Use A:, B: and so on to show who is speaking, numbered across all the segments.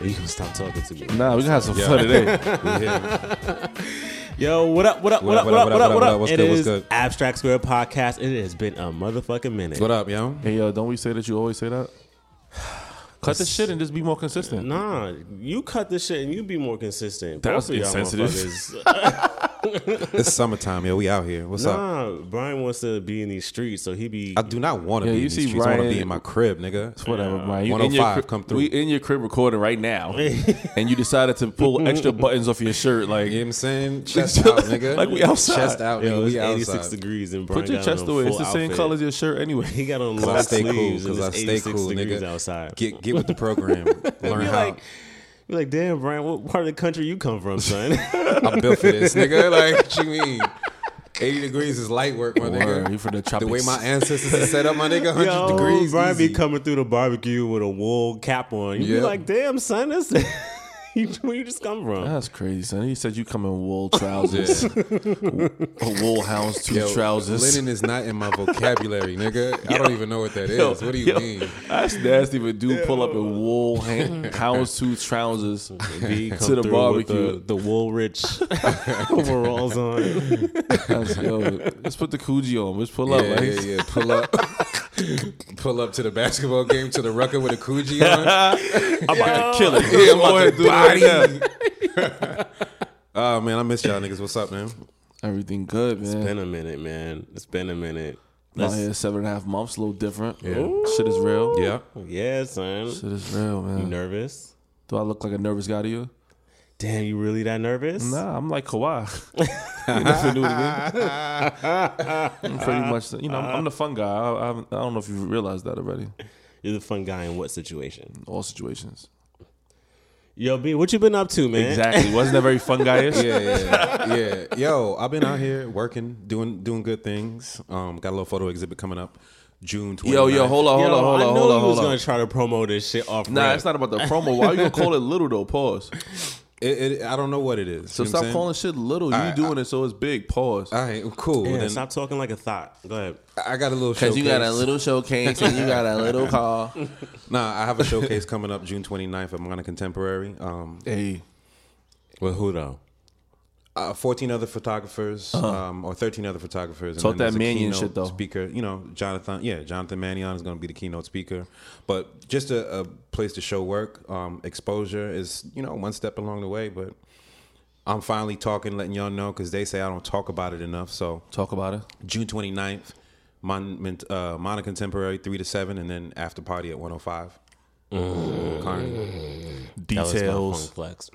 A: You can stop talking to me.
B: Nah, we gonna have some fun today.
A: Yo, what up? What up? What
C: What
A: up? What up? What up? What up?
C: What's
A: It
C: good? What's
A: is
C: good?
A: Abstract Square Podcast, and it has been a motherfucking minute.
C: What up, yo?
B: Hey, yo, don't we say that you always say that? Cut the shit and just be more consistent.
A: Nah, you cut this shit and you be more consistent.
B: That
A: Both
B: was
A: of y'all
B: insensitive.
A: motherfuckers.
C: It's summertime, yo. We out here. What's up?
A: nah, Brian wants to be in these streets, so he be.
C: I do not want to
B: Yeah,
C: be
B: you
C: in these
B: see
C: streets. I want
B: Ryan-
C: to be in my crib, nigga.
B: Whatever, Brian. You in
C: 105,
B: your crib,
C: come through.
B: We in your crib recording right now, and you decided to pull extra buttons off your shirt. Like,
C: You know what I'm saying? Chest out, nigga.
B: Like we outside.
C: Chest out,
A: Yo,
C: nigga.
A: it's
C: We
A: 86
C: outside.
A: degrees and Brian
B: put your
A: got
B: chest
A: on a
B: away. It's
A: full
B: the same
A: outfit.
B: color as your shirt anyway.
A: He got on
C: Cause
A: long
C: I stay cool.
A: sleeves
C: Cause I
A: and it's
C: stay
A: 86
C: cool,
A: degrees
C: nigga.
A: outside.
C: Get get with the program. Learn
A: You're
C: how.
A: like, you're like, damn, Brian, what part of the country you come from, son?
C: I'm built for this, nigga. Like, what you mean? 80 degrees is light work, my
B: Word, you
C: nigga.
B: from the
C: The
B: tropics?
C: way my ancestors are set up, my nigga, 100
A: Yo,
C: degrees.
A: Brian
C: easy.
A: be coming through the barbecue with a wool cap on. You
C: Yeah.
A: be like, damn, son, that's you, where you just come from.
B: That's crazy, son. He said you come in wool trousers, a wool hound's two
C: Yo,
B: trousers.
C: Linen is not in my vocabulary, nigga. I don't even know what that is.
B: Yo,
C: what do you
B: yo,
C: mean?
B: That's nasty. But dude, pull up in wool hand, hound's two trousers.
A: B come
B: To the
A: through with
B: barbecue.
A: the, the Woolrich overalls on.
B: That's, yo, let's put the coochie on. Let's pull up.
C: yeah,
B: like,
C: yeah, yeah. Pull up, pull up to the basketball game to the rucker with a coochie on.
B: I'm about to kill it.
C: Yeah, I'm about to
B: Go ahead, do it right now.
C: body. oh man, I miss y'all niggas. What's up, man?
B: Everything good, man.
A: It's been a minute, man. It's been a minute.
B: Out
A: Let's,
B: here, seven and a half months, a little different.
C: Yeah.
B: Shit is real.
C: Yeah,
A: Oh, yeah, son.
B: Shit is real,
A: You
B: man.
A: nervous?
B: Do I look like a nervous guy to you?
A: Damn, you really that nervous?
B: Nah, I'm like Kawhi. you know, if you knew what I mean? I'm pretty much, you know, I'm, I'm the fun guy. I, I, haven't- I don't know if you realized that already.
A: You're the fun guy in what situation?
B: In all situations.
A: Yo, B, what you been up to, man?
B: Exactly. Wasn't that very fun guy ish?
C: yeah, yeah, yeah. Yo, I've been out here working, doing doing good things. Um, got a little photo exhibit coming up, June 29th.
B: Yo, yo, hold on,
A: Yo,
B: hold on, hold
A: I
B: on,
A: know
B: hold on,
A: you was
B: hold on.
A: gonna try to promo this shit off.
B: Nah,
A: rip.
B: it's not about the promo. Why you gonna call it little though? Pause.
C: It, it, I don't know what it is.
B: So
C: You know what I'm
B: stop
C: saying?
B: calling shit little. You
C: Alright,
B: doing it so it's big. Pause.
C: All right, cool.
A: Yeah,
C: then
A: stop talking like a thought. Go ahead.
C: I got a little
B: Cause
C: showcase.
B: you got a little showcase and you got a little call.
C: Nah, I have a showcase coming up June 29th at Montana Contemporary. Um,
B: Hey,
A: Well, who though?
C: uh, 14 other photographers um, or 13 other photographers. and
B: Uh-huh. Talk
C: then
B: that
C: there's a
B: Mannion
C: keynote
B: shit, though.
C: Speaker, you know, Jonathan, yeah, Jonathan Mannion is going to be the keynote speaker. But just a, a place to show work. Um, exposure is, you know, one step along the way. But I'm finally talking, letting y'all know because they say I don't talk about it enough. So
B: talk about it.
C: June 29th, Monument, uh, Mono Contemporary 3 to 7, and then after party at 105. Carnegie.
B: Details.
A: flex.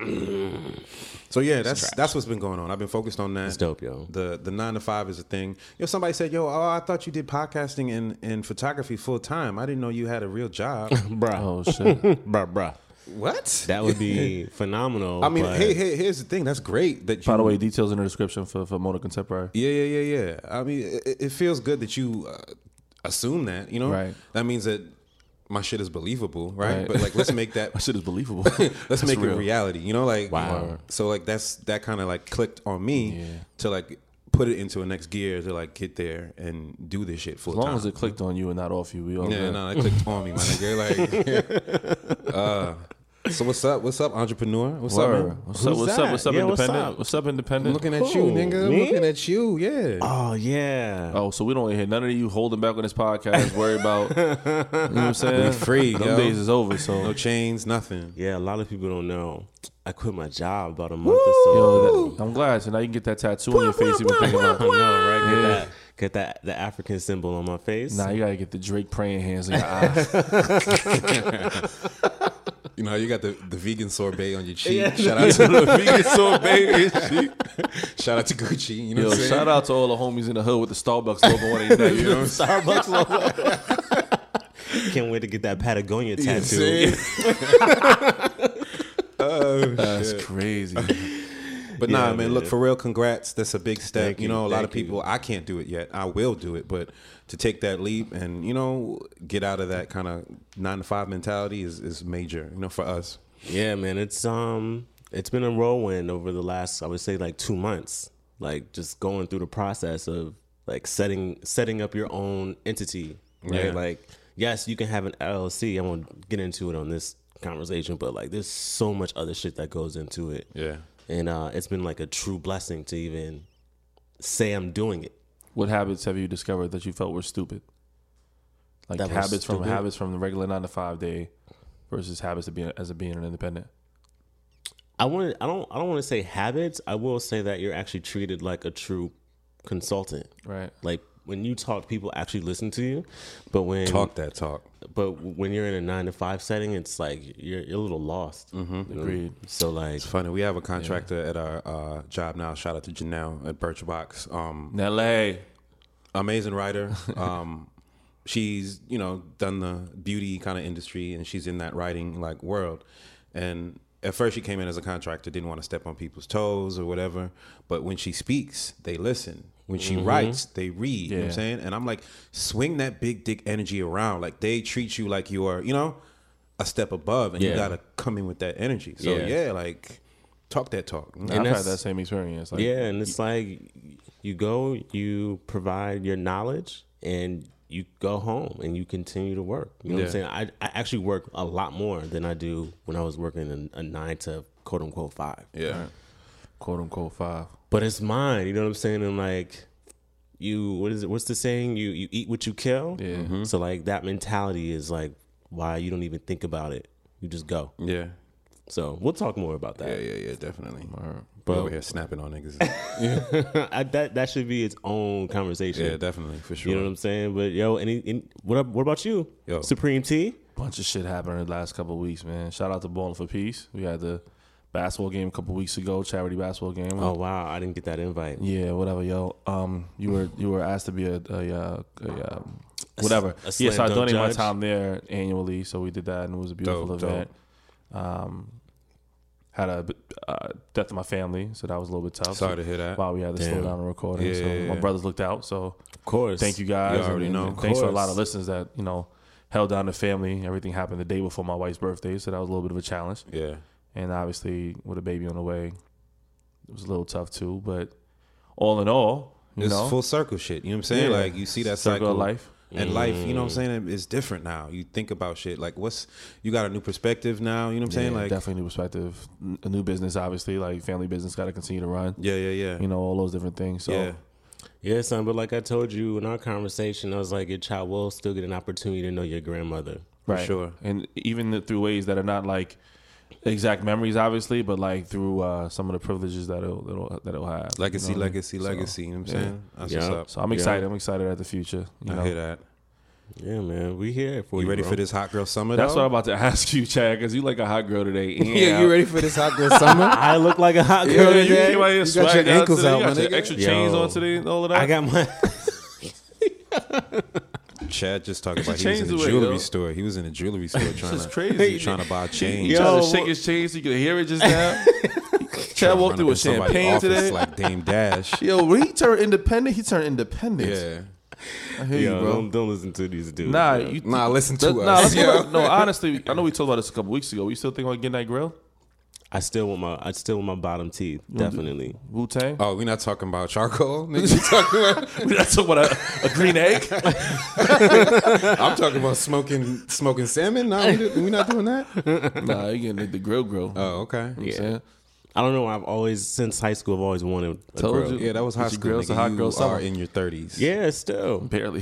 C: So yeah, that's that's what's been going on. I've been focused on that.
A: It's dope, yo.
C: The the nine to five is a thing. Yo, somebody said, yo, oh, I thought you did podcasting and, and photography full time. I didn't know you had a real job.
A: Bruh,
B: Oh shit.
A: bruh, bruh.
C: what?
A: That would be phenomenal.
C: I mean,
A: but
C: hey, hey, here's the thing. That's great that you.
B: By the way, details in the description for for Mona Contemporary.
C: Yeah, yeah, yeah, yeah. I mean, it, it feels good that you uh, assume that. You know,
B: Right.
C: That means that my shit is believable, right?
B: Right.
C: But like, let's make that
B: That shit is believable.
C: let's
B: That's
C: make
B: real.
C: it reality. You know, like
A: Wow.
C: So like that's that kind of like clicked on me
B: Yeah.
C: to like put it into a next gear to like get there and do this shit full
B: As long
C: time.
B: as it clicked on you and not off you, we all
C: yeah,
B: good.
C: no, it clicked on me, my nigga. Like, uh, so what's up? What's up, entrepreneur? What's up,
B: Word.
C: man?
B: What's up?
A: Who's
B: What's
A: that?
B: up? What's up?
A: Yeah, what's
B: Independent.
A: up?
B: What's up? Independent.
C: I'm looking at you,
A: Who?
C: nigga. I'm
A: Me?
C: looking at you. Yeah.
A: Oh yeah.
B: Oh, so we don't hear none of you holding back on this podcast. Worry about, you know what I'm saying?
C: free,
B: Them
C: yo.
B: days is over. So,
C: No chains, nothing.
A: Yeah, a lot of people don't know. I quit my job about a month or so.
B: yo, that, I'm glad. So now you can get that tattoo on your face you were thinking
A: I know,
B: about.
A: right? Get that, get that the African symbol on my face.
B: Nah, you gotta get the Drake praying hands in your eyes.
C: You know, you got the, the vegan sorbet on your cheek.
A: Yeah.
C: Shout out to the vegan sorbet on your cheek. Shout out to Gucci. You know
B: Yo,
C: what I'm saying?
B: shout out to all the homies in the hood with the Starbucks logo on their neck.
C: You know what I'm
A: Starbucks logo. Can't wait to get that Patagonia tattoo.
C: saying? oh,
B: That's crazy.
C: But nah,
A: Yeah,
C: man, look
A: man.
C: for real. Congrats. That's a big step.
A: Thank
C: you,
A: you,
C: know, a lot
A: thank
C: of people. I can't do it yet. I will do it, but to take that leap and you know get out of that kind of nine to five mentality is is major. You know, for us.
A: yeah, man, it's um, it's been a whirlwind over the last, I would say, like two months. Like just going through the process of like setting setting up your own entity, right?
C: Yeah.
A: Like, yes, you can have an LLC. I won't get into it on this conversation, but like there's so much other shit that goes into it.
C: Yeah.
A: And uh, it's been like a true blessing to even say I'm doing it.
B: What habits have you discovered that you felt were stupid? Like
A: That were
B: habits from
A: stupid?
B: habits from the regular nine to five day versus habits of being as a being an independent.
A: I want I don't I don't want to say habits. I will say that you're actually treated like a true consultant.
B: Right.
A: Like when you talk, people actually listen to you. But when
C: Talk that talk.
A: but when you're in a nine to five setting, it's like you're you're a little lost. Mm-hmm.
B: Agreed.
A: So like
C: It's funny. We have a contractor at our uh, job now. Shout out to Janelle at Birchbox. Um,
B: Nelly.
C: amazing writer. Um, she's you know done the beauty kind of industry, and she's in that writing like world. And at first, she came in as a contractor, didn't want to step on people's toes or whatever. But when she speaks, they listen. When she writes, they read. You know what I'm
B: Yeah.
C: saying? And I'm like, swing that big dick energy around. Like they treat you like you are, you know, a step above, and you
A: Yeah.
C: gotta come in with that energy. So
A: Yeah.
C: yeah, like talk that talk.
B: I've had
A: that's-
B: that same experience. Like,
A: yeah, and it's like you go, you provide your knowledge, and you go home and you continue to work. You know what
C: Yeah.
A: I'm saying? I, I actually work a lot more than I do when I was working a, a nine to quote unquote five.
C: Yeah.
B: quote unquote five.
A: But it's mine. You know what I'm saying? And like you, what is it? What's the saying? You you eat what you kill.
B: Yeah.
C: Mm-hmm.
A: So like that mentality is like why you don't even think about it. You just go.
C: Yeah.
A: So we'll talk more about that.
C: Yeah, yeah, yeah, definitely.
A: But-
C: But over here snapping on niggas.
A: I, that that should be its own conversation.
C: yeah, definitely, for sure.
A: You know what I'm saying? But yo, any, any what up, what about you?
C: Yo.
A: Supreme T?
B: Bunch of shit happened in the last couple of weeks, man. Shout out to Bowling for Peace. We had the basketball game a couple of weeks ago, charity basketball game.
A: Oh wow, I didn't get that invite.
B: Yeah, whatever, yo. Um, you were you were asked to be a, a, uh, a, um, whatever.
A: a
B: yeah, so I
A: slam dunk
B: donated my
A: judge.
B: time there annually, so we did that, and it was a beautiful
C: Dope, dope.
B: event. Um, had a uh, death of my family, so that was a little bit tough.
C: Sorry to hear that.
B: Wow, we had to slow
A: Damn.
B: down the recording. so
C: Yeah.
B: my brothers looked out. So
A: Of course.
B: thank you guys.
C: You already know.
B: Thanks for a
A: Of
B: lot of
A: course.
B: listeners that you know held down the family. Everything happened the day before my wife's birthday, so that was a little bit of a challenge
C: Yeah,
B: and obviously with a baby on the way, it was a little tough too. But all in all, you
C: it's
B: know,
C: full circle shit. You know what I'm saying?
B: Yeah.
C: Like you see that
B: circle
C: cycle
B: of life. Mm.
C: and life. You know what I'm saying? It's different now. You think about shit like what's you got a new perspective now. You know what I'm saying?
B: Yeah,
C: Like
B: definitely new perspective, N- a new business. Obviously, like family business got to continue to run.
C: yeah, yeah, yeah,
B: You know, all those different things. So
C: yeah.
A: Yeah, son, but like I told you in our conversation, I was like, your child will still get an opportunity to know your grandmother.
B: right,
C: sure.
B: And even the, through ways that are not like exact memories, obviously, but like through uh, some of the privileges that it'll that'll, that it'll have. you know
C: Legacy,
B: what I mean?
C: legacy, legacy. You know what I'm
B: yeah.
C: saying? That's
A: Yeah.
C: what's
B: So I'm
A: Yeah.
B: excited. I'm excited at the future. You
C: up.
B: know?
C: I hear that.
A: Yeah, man. We here for you.
C: You ready
A: bro.
C: for this hot girl summer?
B: That's what
C: though?
B: I'm about to ask you, Chad, because you like a hot girl today. and
C: Yeah,
B: out.
C: you ready for this hot girl summer?
A: I look like a hot girl
C: Yeah,
B: you
A: today.
B: came out here
C: You got
B: swagged
C: your ankles
B: today.
C: out,
B: You
C: my
B: got your
C: nigga.
B: extra chains
A: Yo.
B: on today and all of that.
A: I got my
C: Chad just talked about
B: Get
C: he
B: your
C: was in
B: chains
C: the
B: away,
C: jewelry
B: yo.
C: store. He was in a jewelry store trying
B: is
C: to
B: crazy.
C: trying to buy
B: he
C: chains.
B: tried to
A: Yo,
B: shake his chains. You could hear it just now. Chad walked through with
C: Run up in somebody's
B: champagne
C: office
B: today.
C: like Dame Dash.
B: Yo, when he turned independent, he turned independent.
C: yeah.
B: I hear
A: Yo,
B: you, bro.
A: don't, don't listen to these dudes.
B: Nah,
A: bro.
B: you.
C: Nah, listen to
B: that- nah, let's
C: us.
B: go
C: yo.
B: back- no, honestly, I know we talked about this a couple weeks ago. We still think about getting that grill,
A: I still want my I still want my bottom teeth. Definitely.
B: Wu Tang.
C: Oh, we're not talking about charcoal. Nigga, you talking about,
B: we not talking about a, a green egg.
C: I'm talking about smoking smoking salmon. No, we did- we not doing that.
B: nah, you getting the, the grill grill. You know
C: Oh, okay.
B: what I'm saying?
A: I don't know. I've always since high school I've always wanted a
B: Told
A: grill.
B: you.
C: Yeah, that was high
B: It's a
C: school.
B: grill, it's a
C: nigga.
B: hot
C: you
B: girl summer.
C: are in your 30s.
A: Yeah, still.
B: Barely.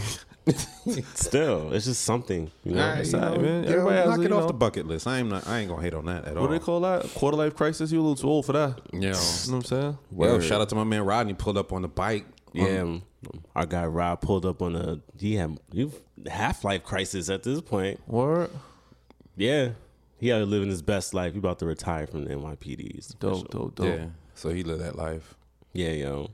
A: Still. It's just something. You know?
C: All right, you
B: all right,
C: know,
B: man.
C: yo,
B: Everybody has,
C: knock
B: you
C: it off
B: know.
C: the bucket list. I am not. I ain't gonna hate on that at all.
B: what do they call that? Quarter life crisis. You a little too old for that. You
C: Yo,
B: know what I'm saying?
C: Yo, shout out to my man Rodney. Pulled up on the bike.
A: Yeah, um, our guy Rob pulled up on a he had you half life crisis at this point.
B: Word.
A: Yeah, he out here living his best life. He about to retire from the NYPD's.
B: Dope, dope, dope.
C: Oh, Yeah. So he lived that life. Mm.
A: Yeah, yo.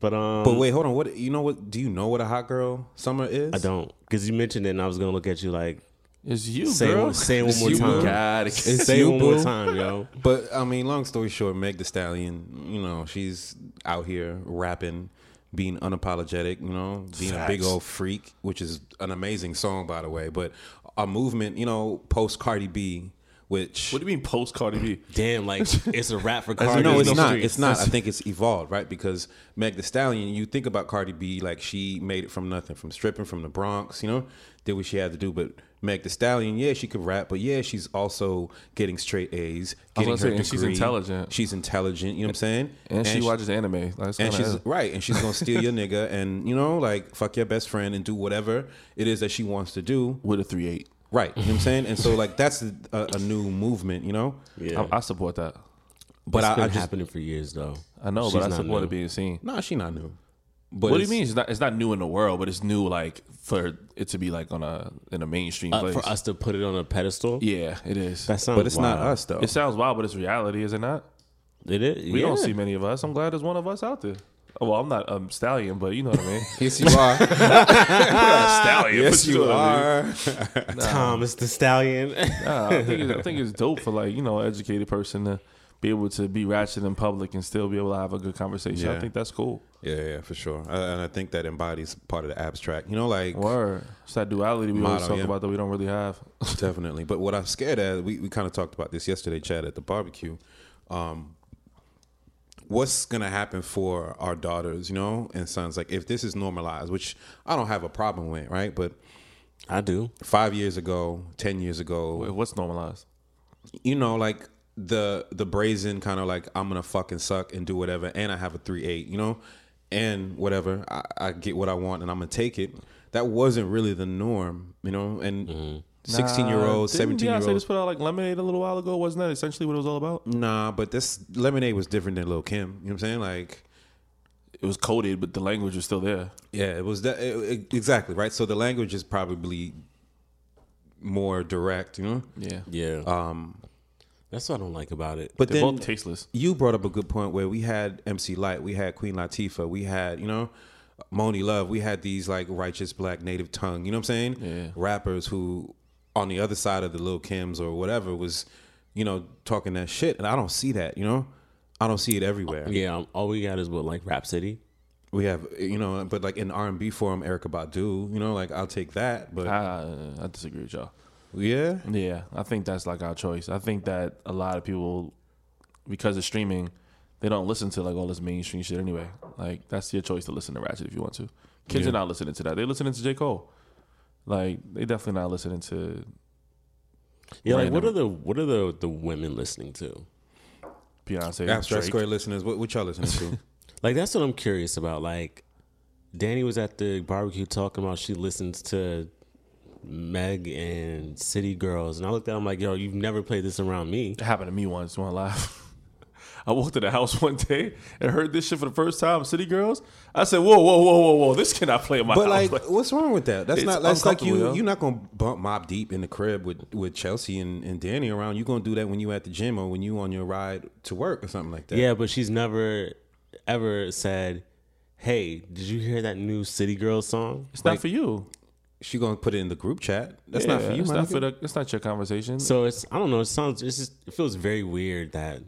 A: But um,
C: But wait, hold on. What you know? What do you know? What a hot girl summer is?
A: I don't because you mentioned it, and I was gonna look at you like
B: It's you,
A: say it
B: girl.
A: one, say it one
C: It's
A: more
C: you,
A: time.
C: bro.
B: God, it's
A: Say
C: you,
A: it one more
C: boo.
A: time, yo.
C: But I mean, long story short, Meg the Stallion, you know, she's out here rapping, being unapologetic, you know, being a big
B: Facts.
C: old freak, which is an amazing song by the way. But a movement, you know, post Cardi B, which
B: What do you mean post Cardi B?
A: Damn, like it's a rap for Cardi.
C: no,
A: in
C: it's
A: the
C: not.
A: streets.
C: It's not. I think it's evolved, right? Because Meg the Stallion, you think about Cardi B, like she made it from nothing, from stripping, from the Bronx, you know, did what she had to do. But Meg the Stallion, yeah, she could rap, but yeah, she's also getting straight A's,
B: was
C: getting
B: gonna
C: her
B: say, and she's
C: degree.
B: intelligent.
C: She's intelligent. You know what I'm saying?
B: And, she,
C: watches.
B: watches anime. Like, it's
C: And
B: kinda-
C: she's right, and she's gonna steal your nigga, and you know, like fuck your best friend, and do whatever it is that she wants to do.
B: with a three eight.
C: Right, you know what I'm saying? And so, like, that's a, a new movement, you know.
A: Yeah,
B: I, I support that.
C: But I,
A: it's been
C: I just
A: happening for years though.
B: I know,
A: She's
B: but I
A: not
B: support
A: new.
B: it being seen.
C: nah, she not new. But
B: what do you
C: it's-
B: mean? It's not. It's not new in the world, but it's new like for it to be like on a in a mainstream
A: Uh,
B: place.
A: for us to put it on a pedestal.
B: yeah, it is.
A: That sounds.
C: Oh, But it's not
A: wild.
C: us though.
B: it sounds wild, but it's reality, is it not?
A: It is.
B: We
A: yeah.
B: don't see many of us. I'm glad there's one of us out there. Oh, Well, I'm not a um, stallion, but you know what I mean.
C: yes, you are.
B: stallion.
C: yes,
B: but know
C: you
B: what I mean.
C: are.
A: Thomas the Stallion.
B: Nah, I, think it's, I think it's dope for like you know an educated person to be able to be ratchet in public and still be able to have a good conversation. I
C: Yeah.
B: think that's cool.
C: Yeah, yeah, for sure. Uh, and I think that embodies part of the abstract. You know, like
B: Word. It's that duality we always
C: Motto,
B: talk
C: yeah.
B: about that we don't really have.
C: Definitely. But what I'm scared at, we, we kind of talked about this yesterday, Chad, at the barbecue. Um, what's going to happen for our daughters, you know, and sons? Like, if this is normalized, which I don't have a problem with, right? But
A: I do.
C: five years ago, 10 years ago,
B: Wait, What's normalized?
C: you know, like, the the brazen kind of like I'm gonna fucking suck and do whatever, and I have a three eight, you know, and whatever I, I get what I want and I'm gonna take it. That wasn't really the norm, you know.
B: Mm-hmm.
C: And 16 year olds, 17 year
B: I
C: olds,
B: just put out like lemonade a little while ago. Wasn't that essentially what it was all about?
C: Nah, but this lemonade was different than Lil Kim. You know what I'm saying? Like,
B: It was coded, but the language was still there.
C: yeah, it was that it, it- exactly right. So the language is probably more direct, you know.
B: Yeah.
A: Yeah. Um, that's what I don't like about it.
C: But
B: They're
C: then
B: both tasteless.
C: you brought up a good point where we had MC Light, we had Queen Latifah, we had you know Moni Love, we had these like righteous black native tongue, you know what I'm saying?
B: Yeah.
C: Rappers who on the other side of the Lil Kims or whatever was, you know, talking that shit, and I don't see that, you know. I don't see it everywhere.
A: yeah, um, all we got is what like Rap City.
C: We have, you know, but like in R and B form, Erica Badu, you know, like I'll take that, but
B: I, I disagree with y'all.
C: yeah,
B: Yeah, I think that's like our choice. I think that a lot of people, because of streaming, they don't listen to like all this mainstream shit anyway. Like that's your choice to listen to Ratchet if you want to. Kids
C: Yeah.
B: are not listening to that. They're listening to J Cole. Like they definitely not listening to
A: Yeah, like what
B: Random.
A: are the what are the the women listening to?
B: Beyonce.
C: abstract
B: Drake.
C: square listeners, what, what y'all listening to?
A: Like that's what I'm curious about. Like Danny was at the barbecue talking about she listens to Meg and City Girls, and I looked at him like, yo, you've never played this around me.
B: It happened to me once. One laugh. I walked in the house one day and heard this shit for the first time. City Girls. I said, "Whoa, whoa, whoa, whoa, whoa! This cannot play in my
C: but
B: house."
C: like, what's wrong with that? That's
B: It's
C: not that's like you
B: uncomfortable, yo.
C: you're not gonna bump mob deep in the crib with with Chelsea and, and Danny around. You're gonna do that when you at the gym or when you on your ride to work or something like that.
A: Yeah, but she's never ever said, Hey, did you hear that new City Girls song?
B: it's not for you.
C: she gonna put it in the group chat. That's not for
B: Yeah,
C: you,
B: It's
C: my
B: not
C: nigga.
B: for the, It's not your conversation.
A: So it's I don't know. It sounds it's just it feels very weird that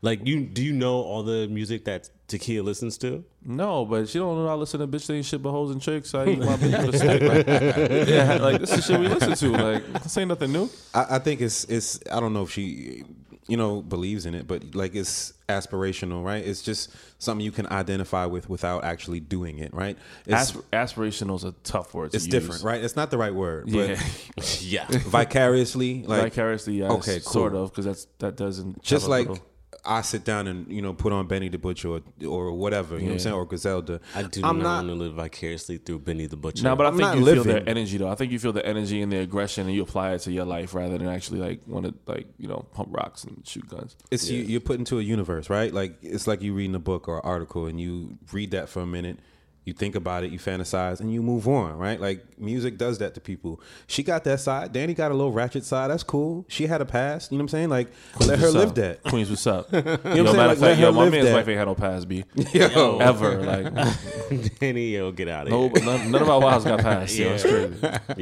A: like you do you know all the music that Takia listens to?
B: No, but she don't know I listen to bitch thing shit but hoes and chicks. I eat my bitch with a stick. Like, yeah, like this is shit we listen to. Like this ain't nothing new.
C: I, I think it's it's I don't know if she you know believes in it, but like it's aspirational, right? It's just something you can identify with without actually doing it, right? It's
B: Asp- aspirational is a tough word. To
C: it's
B: use.
C: different, right? It's not the right word, but
B: Yeah,
A: yeah.
C: vicariously, like
B: vicariously. Yes,
C: Okay, cool.
B: sort of because that's that doesn't
C: just
B: have a
C: like
B: little-
C: I sit down and you know put on Benny the Butcher or, or whatever, you know what I'm
B: Yeah.
C: saying, or Griselda.
A: I do
C: I'm
A: not,
C: not-
A: want to live vicariously through Benny the Butcher.
B: No, but I
C: I'm
B: think
C: not
B: you feel
C: living.
B: their energy though. I think you feel the energy and the aggression, and you apply it to your life rather than actually like want to like you know pump rocks and shoot guns.
C: It's you, you're put into a universe, right? Like it's like you reading a book or an article, and you read that for a minute. You think about it, you fantasize, and you move on, right? Like music does that to people. She got that side. Danny got a little ratchet side. That's cool. She had a past. You know what I'm saying? Like let her
B: What's
C: live
B: up?
C: that.
B: Queens, what's up? You know, matter
C: saying? Like,
B: of
C: let
B: fact, yo,
C: her
B: my
C: live
B: man's
C: that.
B: wife ain't had no pass B
C: Yo.
B: ever. Like
A: Danny, yo, get out of
B: no,
A: here.
B: none, none of our wives got passed. Yo,
A: Yeah.
B: it's crazy.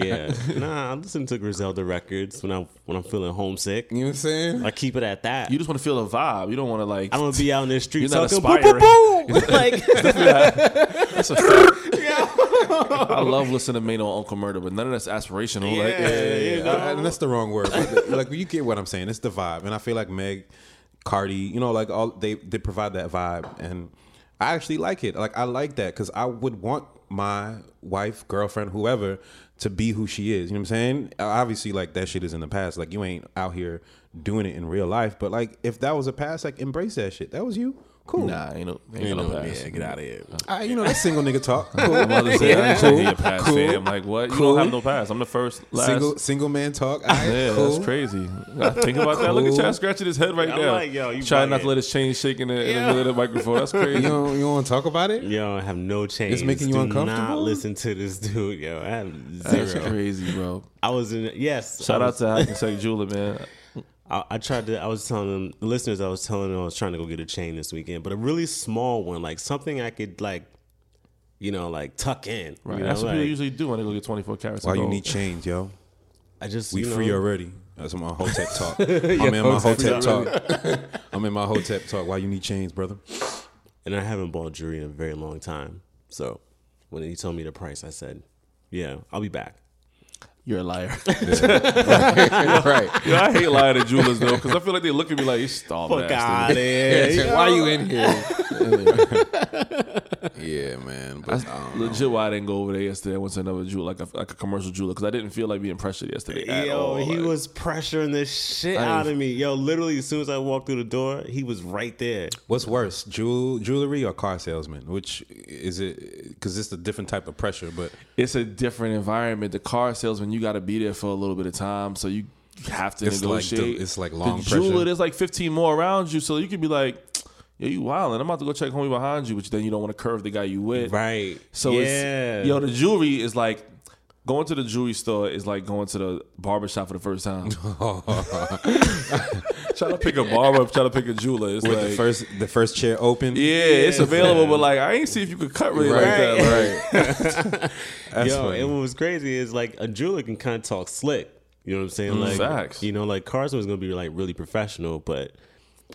A: yeah. Nah, I listen to Griselda records when I'm when I'm feeling homesick.
C: You know what I'm saying?
A: I keep it at that.
B: You just want to feel a vibe. You don't want to like.
A: I'm gonna be out in the street
B: You're not
A: talking boop, boop, boop. like
B: That's a fact. I love listening to Mano on Uncle Murder, but none of that's aspirational. like,
C: yeah, I- and that's the wrong word. But like you get what I'm saying. It's the vibe, and I feel like Meg, Cardi, you know, like all they they provide that vibe, and I actually like it. Like I like that because I would want my wife, girlfriend, whoever, to be who she is. You know what I'm saying? Obviously, like that shit is in the past. Like you ain't out here doing it in real life. But like if that was a past, like embrace that shit. That was you. Cool.
B: Nah, ain't no, ain't
A: You
B: no
A: know,
B: pass.
A: yeah, get out of here.
C: I, you know that's single nigga talk. Cool.
B: My mother said, I ain't trying to get a pass.
C: Cool.
B: fam. I'm like, what? You
C: Cool.
B: don't have no pass. I'm the first, last.
C: Single single man talk. All right,
B: yeah,
C: cool.
B: that's crazy. I think about that. Look at
C: Cool.
B: Chad scratching his head right
A: I'm
B: now.
A: like, yo, you
B: Trying not
A: bugging.
B: to let his chain shake in the, in the
A: Yeah.
B: middle of the microphone. That's
C: You
B: crazy.
C: don't, you don't want to talk about it?
A: Yo, I have no change.
C: making you
A: Do Not
C: uncomfortable?
A: listen to this dude, yo. I have
B: That's
A: zero.
B: crazy, bro.
A: I was in. Yes.
B: Shout
A: I
B: out
A: was-
B: to Hack and Sack Jeweler, man.
A: I, I tried to. I was telling them the listeners. I was telling them I was trying to go get a chain this weekend, but a really small one, like something I could like, you know, like tuck in.
B: Right.
A: You know,
B: That's what
A: like,
B: people usually do when they go get 24 carats. of
C: Why you
B: gold.
C: need change, yo?
A: I just
C: We
A: you know,
C: free already. That's my Hotep talk. I'm in my Hotep talk. I'm in my Hotep talk. Why you need change, brother?
A: and I haven't bought jewelry in a very long time. So when he told me the price, I said, "Yeah, I'll be back."
B: You're a liar.
C: right.
B: Yo, I hate lying to jewelers though, because I feel like they look at me like you stall
A: Fuck
B: bastard.
A: out of here.
C: Why you in here? yeah, man. But I don't know.
B: Legit, why I didn't go over there yesterday? I went to another jeweler, like a, like a commercial jeweler, because I didn't feel like being pressured yesterday at
A: Yo,
B: all.
A: he
B: Like,
A: was pressuring the shit
B: ain't-
A: out of me. Yo, literally, as soon as I walked through the door, he was right there.
C: What's worse, jewel jewelry or car salesman? Which is it? Because it's a different type of pressure. But
B: it's a different environment. The car salesman, you got to be there for a little bit of time, so you have to
C: It's like
B: negotiate.
C: the- it's like long
B: the jeweler.
C: pressure.
B: There's like 15 more around you, so you could be like, "Yo, you wilding? I'm about to go check homie behind you," which then you don't want to curve the guy you with.
A: Right.
B: So
A: Yeah.
B: it's yo, the jewelry is like going to the jewelry store is like going to the barber shop for the first time. try to pick a barber, try to pick a jeweler. It's
C: with
B: like
C: the first the first chair open,
B: yeah, it's available, but like I ain't see if you could cut really like that. Like,
C: right. That's
A: Yo,
C: funny.
A: and what was crazy is like a jeweler can kind of talk slick. You know what I'm saying? Like,
B: Mm, facts.
A: You know, like Carson was gonna be like really professional, but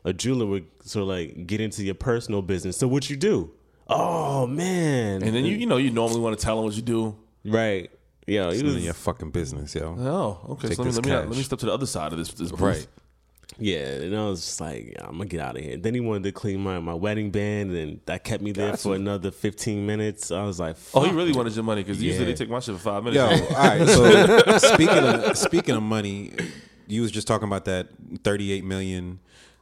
A: a jeweler would sort of like get into your personal business. So what you do? Oh man!
B: and then you you know you normally want to tell them what you do.
A: right? Yo, he
C: None
A: was,
C: of your fucking business, yo.
B: Oh, okay.
C: Take
B: so let me
C: this
B: let me,
C: cash.
B: let me step to the other side of this this booth.
C: Right.
A: yeah, and I was just like, I'm gonna get out of here. Then he wanted to clean my, my wedding band, and that kept me there for another 15 minutes. I was like,
B: Oh,
A: Fuck.
B: he really wanted your money because usually
A: Yeah.
B: they take my shit for five minutes.
C: Yo, all right. So speaking of speaking of money, you was just talking about that thirty eight million.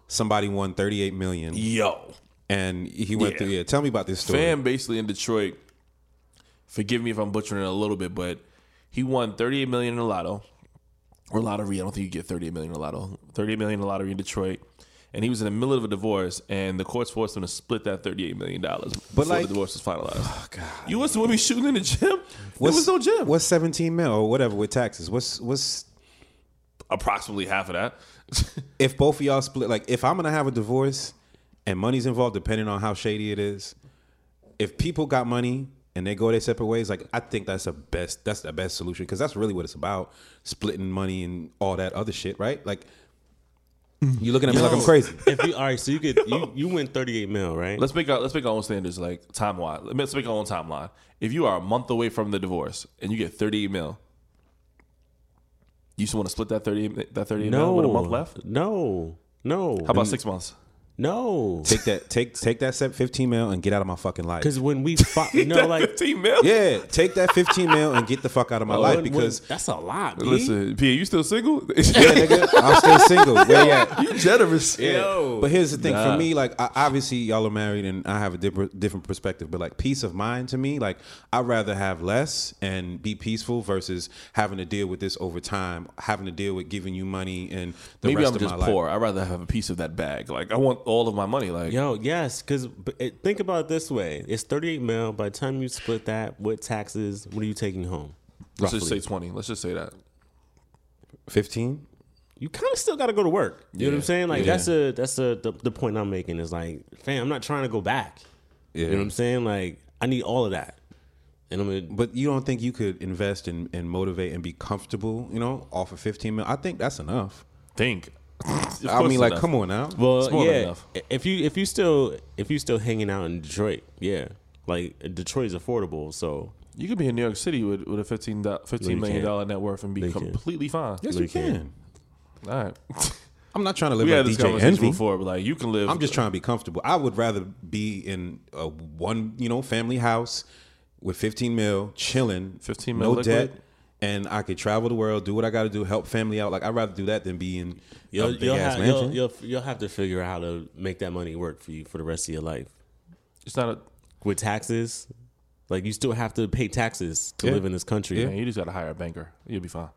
C: Somebody won thirty eight million,
B: yo.
C: and he went through. Yeah, tell me about this story.
B: fan basically in Detroit. Forgive me if I'm butchering it a little bit, but he won 38 million in the lotto or lottery. I don't think you get 38 million in the lotto. 38 million in the lottery in Detroit. And he was in the middle of a divorce, and the courts forced him to split that $38 million before
C: like-
B: the
C: Oh,
B: divorce was finalized. You wasn't with me shooting in the gym?
C: What's-
B: there was no gym.
C: What's seventeen mil or whatever with taxes? What's what's
B: Approximately half of that.
C: if both of y'all split? Like, if I'm gonna have a divorce and money's involved, depending on how shady it is, if people got money and they go their separate ways, like I think that's the best. That's the best solution because that's really what it's about: splitting money and all that other shit, right? Like, you looking at me like I'm crazy.
A: if you all right, so you could you you win 38 mil, right?
B: Let's make our let's make our own standards, like timeline. Let's make our own timeline. If you are a month away from the divorce and you get thirty eight mil, you just want to split that thirty that thirty eight mil with a month left. How
A: No, no,
B: about six months?
A: no.
C: Take that, take take that set fifteen mil and get out of my fucking life.
A: Because when we fought, you know, like
B: fifteen mil.
C: Yeah, take that fifteen mil and get the fuck out of my life
A: Oh, when- when-
C: because
A: that's a lot. B.
B: Listen, P, you still single?
C: yeah, nigga, I'm still single. Where you at?
B: you generous.
A: Yo.
C: But here's the thing
B: Nah.
C: for me, like I, obviously y'all are married and I have a different different perspective, but like peace of mind to me, like I'd rather have less and be peaceful versus having to deal with this over time, having to deal with giving you money and the
B: Maybe
C: rest
B: I'm
C: of
B: just
C: my life.
B: poor. I'd rather have a piece of that bag. Like I want all of my money. Like
A: Yo, yes, because think about it this way: it's thirty-eight mil. By the time you split that with taxes, what are you taking home?
B: let's just say twenty. Let's just say that.
C: Fifteen?
A: You kind of still got to go to work. You know what
B: Yeah.
A: I'm saying? Like
B: Yeah.
A: that's a that's a the, the point I'm making is like, fam, I'm not trying to go back.
C: Yeah.
A: You know what I'm saying? Like I need all of that, and I'm gonna.
C: But you don't think you could invest and, and motivate and be comfortable, you know, off of fifteen mil? I think that's enough.
B: Think.
C: I mean, like, come on now.
A: Well,
B: It's more than
A: yeah.
B: enough.
A: If you if you still if you still hanging out in Detroit, yeah, like Detroit is affordable, so
B: You could be in New York City with, with a fifteen do-
A: No,
B: fifteen
A: you
B: million
A: can't.
B: dollar net worth and be
A: you can't.
B: completely fine.
C: yes, you
A: Look at-
C: can.
B: All right.
C: I'm not trying to live
B: We had this
C: like DJ
B: conversation
C: Envy.
B: before, but like you can live.
C: I'm just trying to be comfortable. I would rather be in a one, you know, family house, with 15 mil, chilling,
B: 15 mil
C: no
B: liquid?
C: debt, and I could travel the world, do what I got to do, help family out. Like I'd rather do that than be in
A: You'll,
C: a big
A: you'll,
C: ass
A: have,
C: mansion.
A: you'll, you'll, you'll have to figure out how to make that money work for you for the rest of your life.
B: It's not a.
A: With taxes, like you still have to pay taxes to
C: Yeah.
A: live in this country.
B: Man, you just gotta hire a banker. You'll be fine.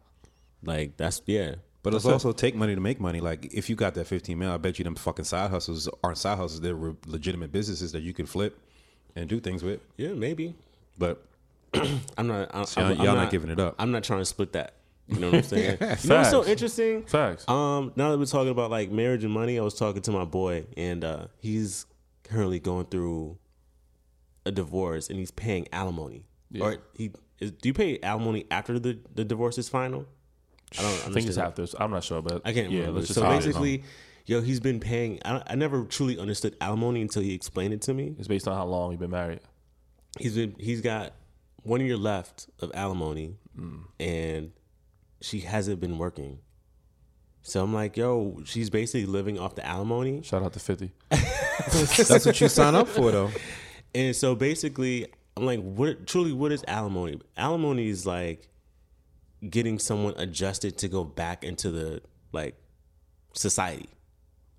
A: Like that's yeah.
C: But it's also take money to make money. Like if you got that fifteen mil, I bet you them fucking side hustles aren't side hustles. They're re- legitimate businesses that you can flip and do things with.
A: Yeah, maybe.
C: But
A: I'm not. I,
C: y'all,
A: I'm, I'm
C: y'all not, giving it up.
A: I'm not trying to split that. You know what I'm saying? you know what's so
B: Facts.
A: interesting?
B: Facts.
A: Um, now that we're talking about like marriage and money, I was talking to my boy, and uh, he's currently going through a divorce, and he's paying alimony.
B: Yeah.
A: Or he is, do you pay alimony after the the divorce is final? I don't.
B: I think it's
A: understand.
B: after. I'm not sure, but
A: I can't
B: Yeah,
A: remember.
B: let's just
A: so
B: hide it.
A: basically, yo, he's been paying. I, I never truly understood alimony until he explained it to me.
B: it's based on how long you've been married.
A: He's been. He's got one year left of alimony, and she hasn't been working. So I'm like, yo, she's basically living off the alimony.
B: Shout out to Fifty.
C: That's what you sign up for, though.
A: And so basically, I'm like, what truly what is alimony? Alimony is like getting someone adjusted to go back into the like society.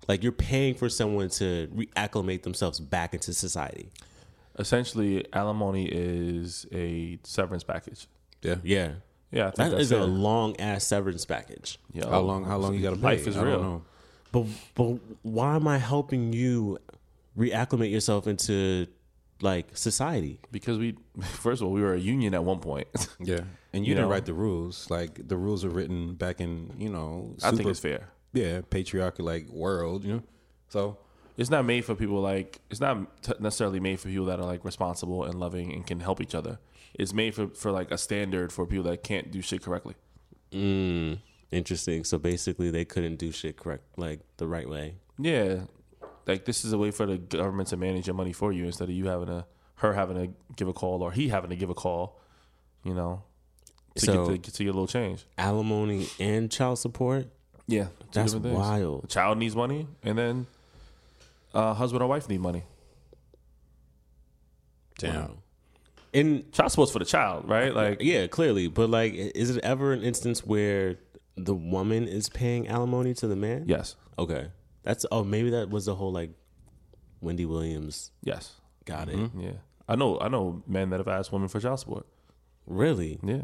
A: Like you're paying for someone to reacclimate themselves back into society.
B: Essentially, alimony is a severance package.
C: Yeah.
A: Yeah.
B: Yeah, I think
A: That
B: that's
A: is
B: it.
A: a long ass severance package.
B: Yeah, oh,
C: How long? How long you got to pay?
B: Life is
C: I don't
B: real.
C: know.
A: But but why am I helping you reacclimate yourself into like society?
B: Because we, first of all, we were a union at one point.
C: Yeah. And you,
B: You
C: didn't
B: know?
C: write the rules. Like the rules are written back in you know
B: I
C: super
B: think it's fair.
C: yeah patriarchal like world. You know. So
B: It's not made for people like it's not t- necessarily made for people that are like responsible and loving and can help each other. It's made for for like a standard for people that can't do shit correctly.
A: Mm, interesting. So basically they couldn't do shit correct like the right way.
B: Yeah, like this is a way for the government to manage your money for you instead of you having to her having to give a call or he having to give a call. You know, to
A: So-
B: get to, get to your little change.
A: alimony and child support.
B: Yeah,
A: That's wild.
B: The child needs money, and then uh, husband or wife need money.
C: damn.
A: Wow. And
B: Child support's for the child, right? Like,
A: yeah, clearly, but like, is it ever an instance where the woman is paying alimony to the man?
B: yes,
A: Okay, that's oh maybe that was the whole like Wendy Williams
B: yes,
A: got it.
B: yeah. I know, I know men that have asked women for child support.
A: Really?
B: Yeah,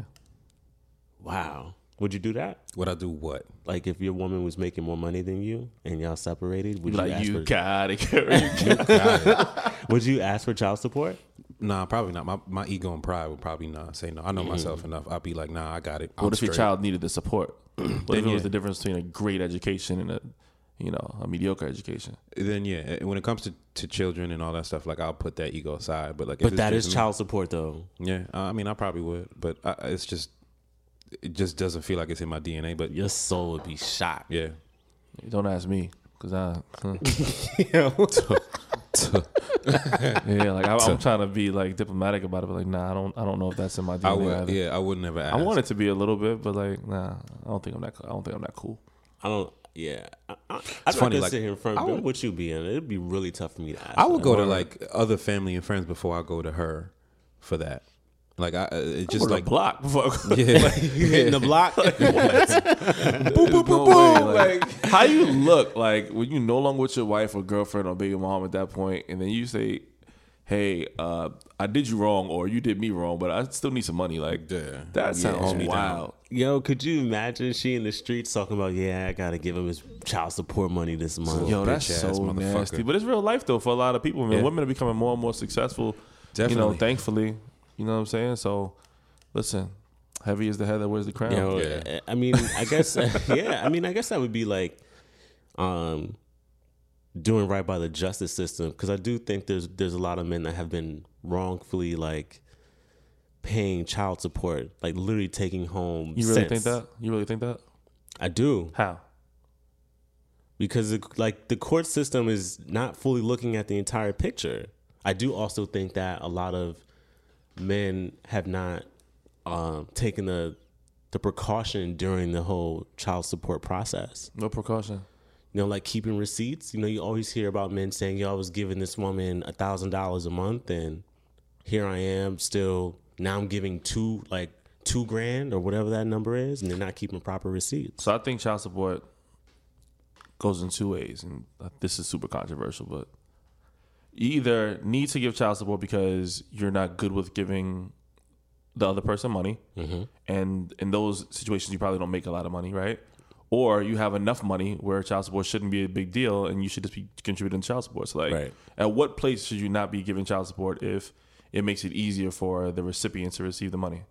A: Wow. Would you do that?
C: What I do? What?
A: Like, if your woman was making more money than you and y'all separated, would you,
B: like
A: ask
B: you
A: for,
B: gotta carry.
A: would you ask for child support?
C: Nah, probably not. My my ego and pride would probably not say no. I know myself enough. I'd be like, nah, I got it.
B: Mm-hmm.
C: I'm
B: what if your
C: straight.
B: child needed the support? what if it
A: yeah.
B: was the difference between a great education and a, you know, a mediocre education?
C: then yeah, eh, when it comes to, to children and all that stuff, like I'll put that ego aside. But like, if
A: But
C: it's
A: that is
C: just me-
A: child support, though.
C: Yeah, I I mean, I probably would, but I, I- it's just it just doesn't feel like it's in my DNA. But
A: Your soul would be shot.
C: yeah,
B: Don't ask me, cause I. huh. yeah, like I, I'm trying to be like diplomatic about it, but like, nah, I don't, I don't know if that's in my DNA.
C: I would.
B: either.
C: Yeah, I would never ask.
B: I want it to be a little bit, but like, nah, I don't think I'm that. I don't think I'm that cool.
A: I don't. Yeah, I, I, it's
C: funny,
A: funny. Like,
C: like,
A: sit here in front of
C: I
A: you.
C: would-
A: What you be in? It'd be really tough for me to ask.
C: I would
A: that.
C: go to like other family and friends before I go to her for that. Like I, uh, it just
B: Or the
C: like
B: block. Before I go-
C: yeah,
A: You hitting the block.
B: There's no way, like, how you look like when you no longer with your wife or girlfriend or baby mom at that point, and then you say, "Hey, uh, I did you wrong, or you did me wrong, but I still need some money." Like
C: Yeah.
B: that sounds
C: hold me down.
B: wild.
A: Yo, could you imagine she in the streets talking about? Yeah, I gotta give him his child support money this month.
B: Yo, that's
C: bitch-ass
B: so
C: motherfucker.
B: nasty. But it's real life though for a lot of people. Man,
C: Yeah.
B: women are becoming more and more successful. You know,
C: Definitely.
B: thankfully. You know what I'm saying? So, listen, heavy is the head that wears the crown.
A: Yo,
C: Yeah.
A: uh, I mean, I guess. uh, yeah, I mean, I guess that would be like, um, doing right by the justice system because I do think there's there's a lot of men that have been wrongfully like paying child support, like literally taking home.
B: you really think
A: cents.
B: that? You really think that?
A: I do.
B: How?
A: because the, like the court system is not fully looking at the entire picture. I do also think that a lot of men have not um, taken the the precaution during the whole child support process.
B: No precaution.
A: You know, like keeping receipts. You know, you always hear about men saying, "Yo, I was giving this woman a thousand dollars a month, and here I am still now I'm giving two like two grand or whatever that number is, and they're not keeping proper receipts.
B: So I think child support goes in two ways, and this is super controversial, but you either need to give child support because you're not good with giving the other person money, and in those situations you probably don't make a lot of money, right? Or you have enough money where child support shouldn't be a big deal, and you should just be contributing to child support. So, like,
A: Right.
B: at what place should you not be giving child support if it makes it easier for the recipient to receive the money?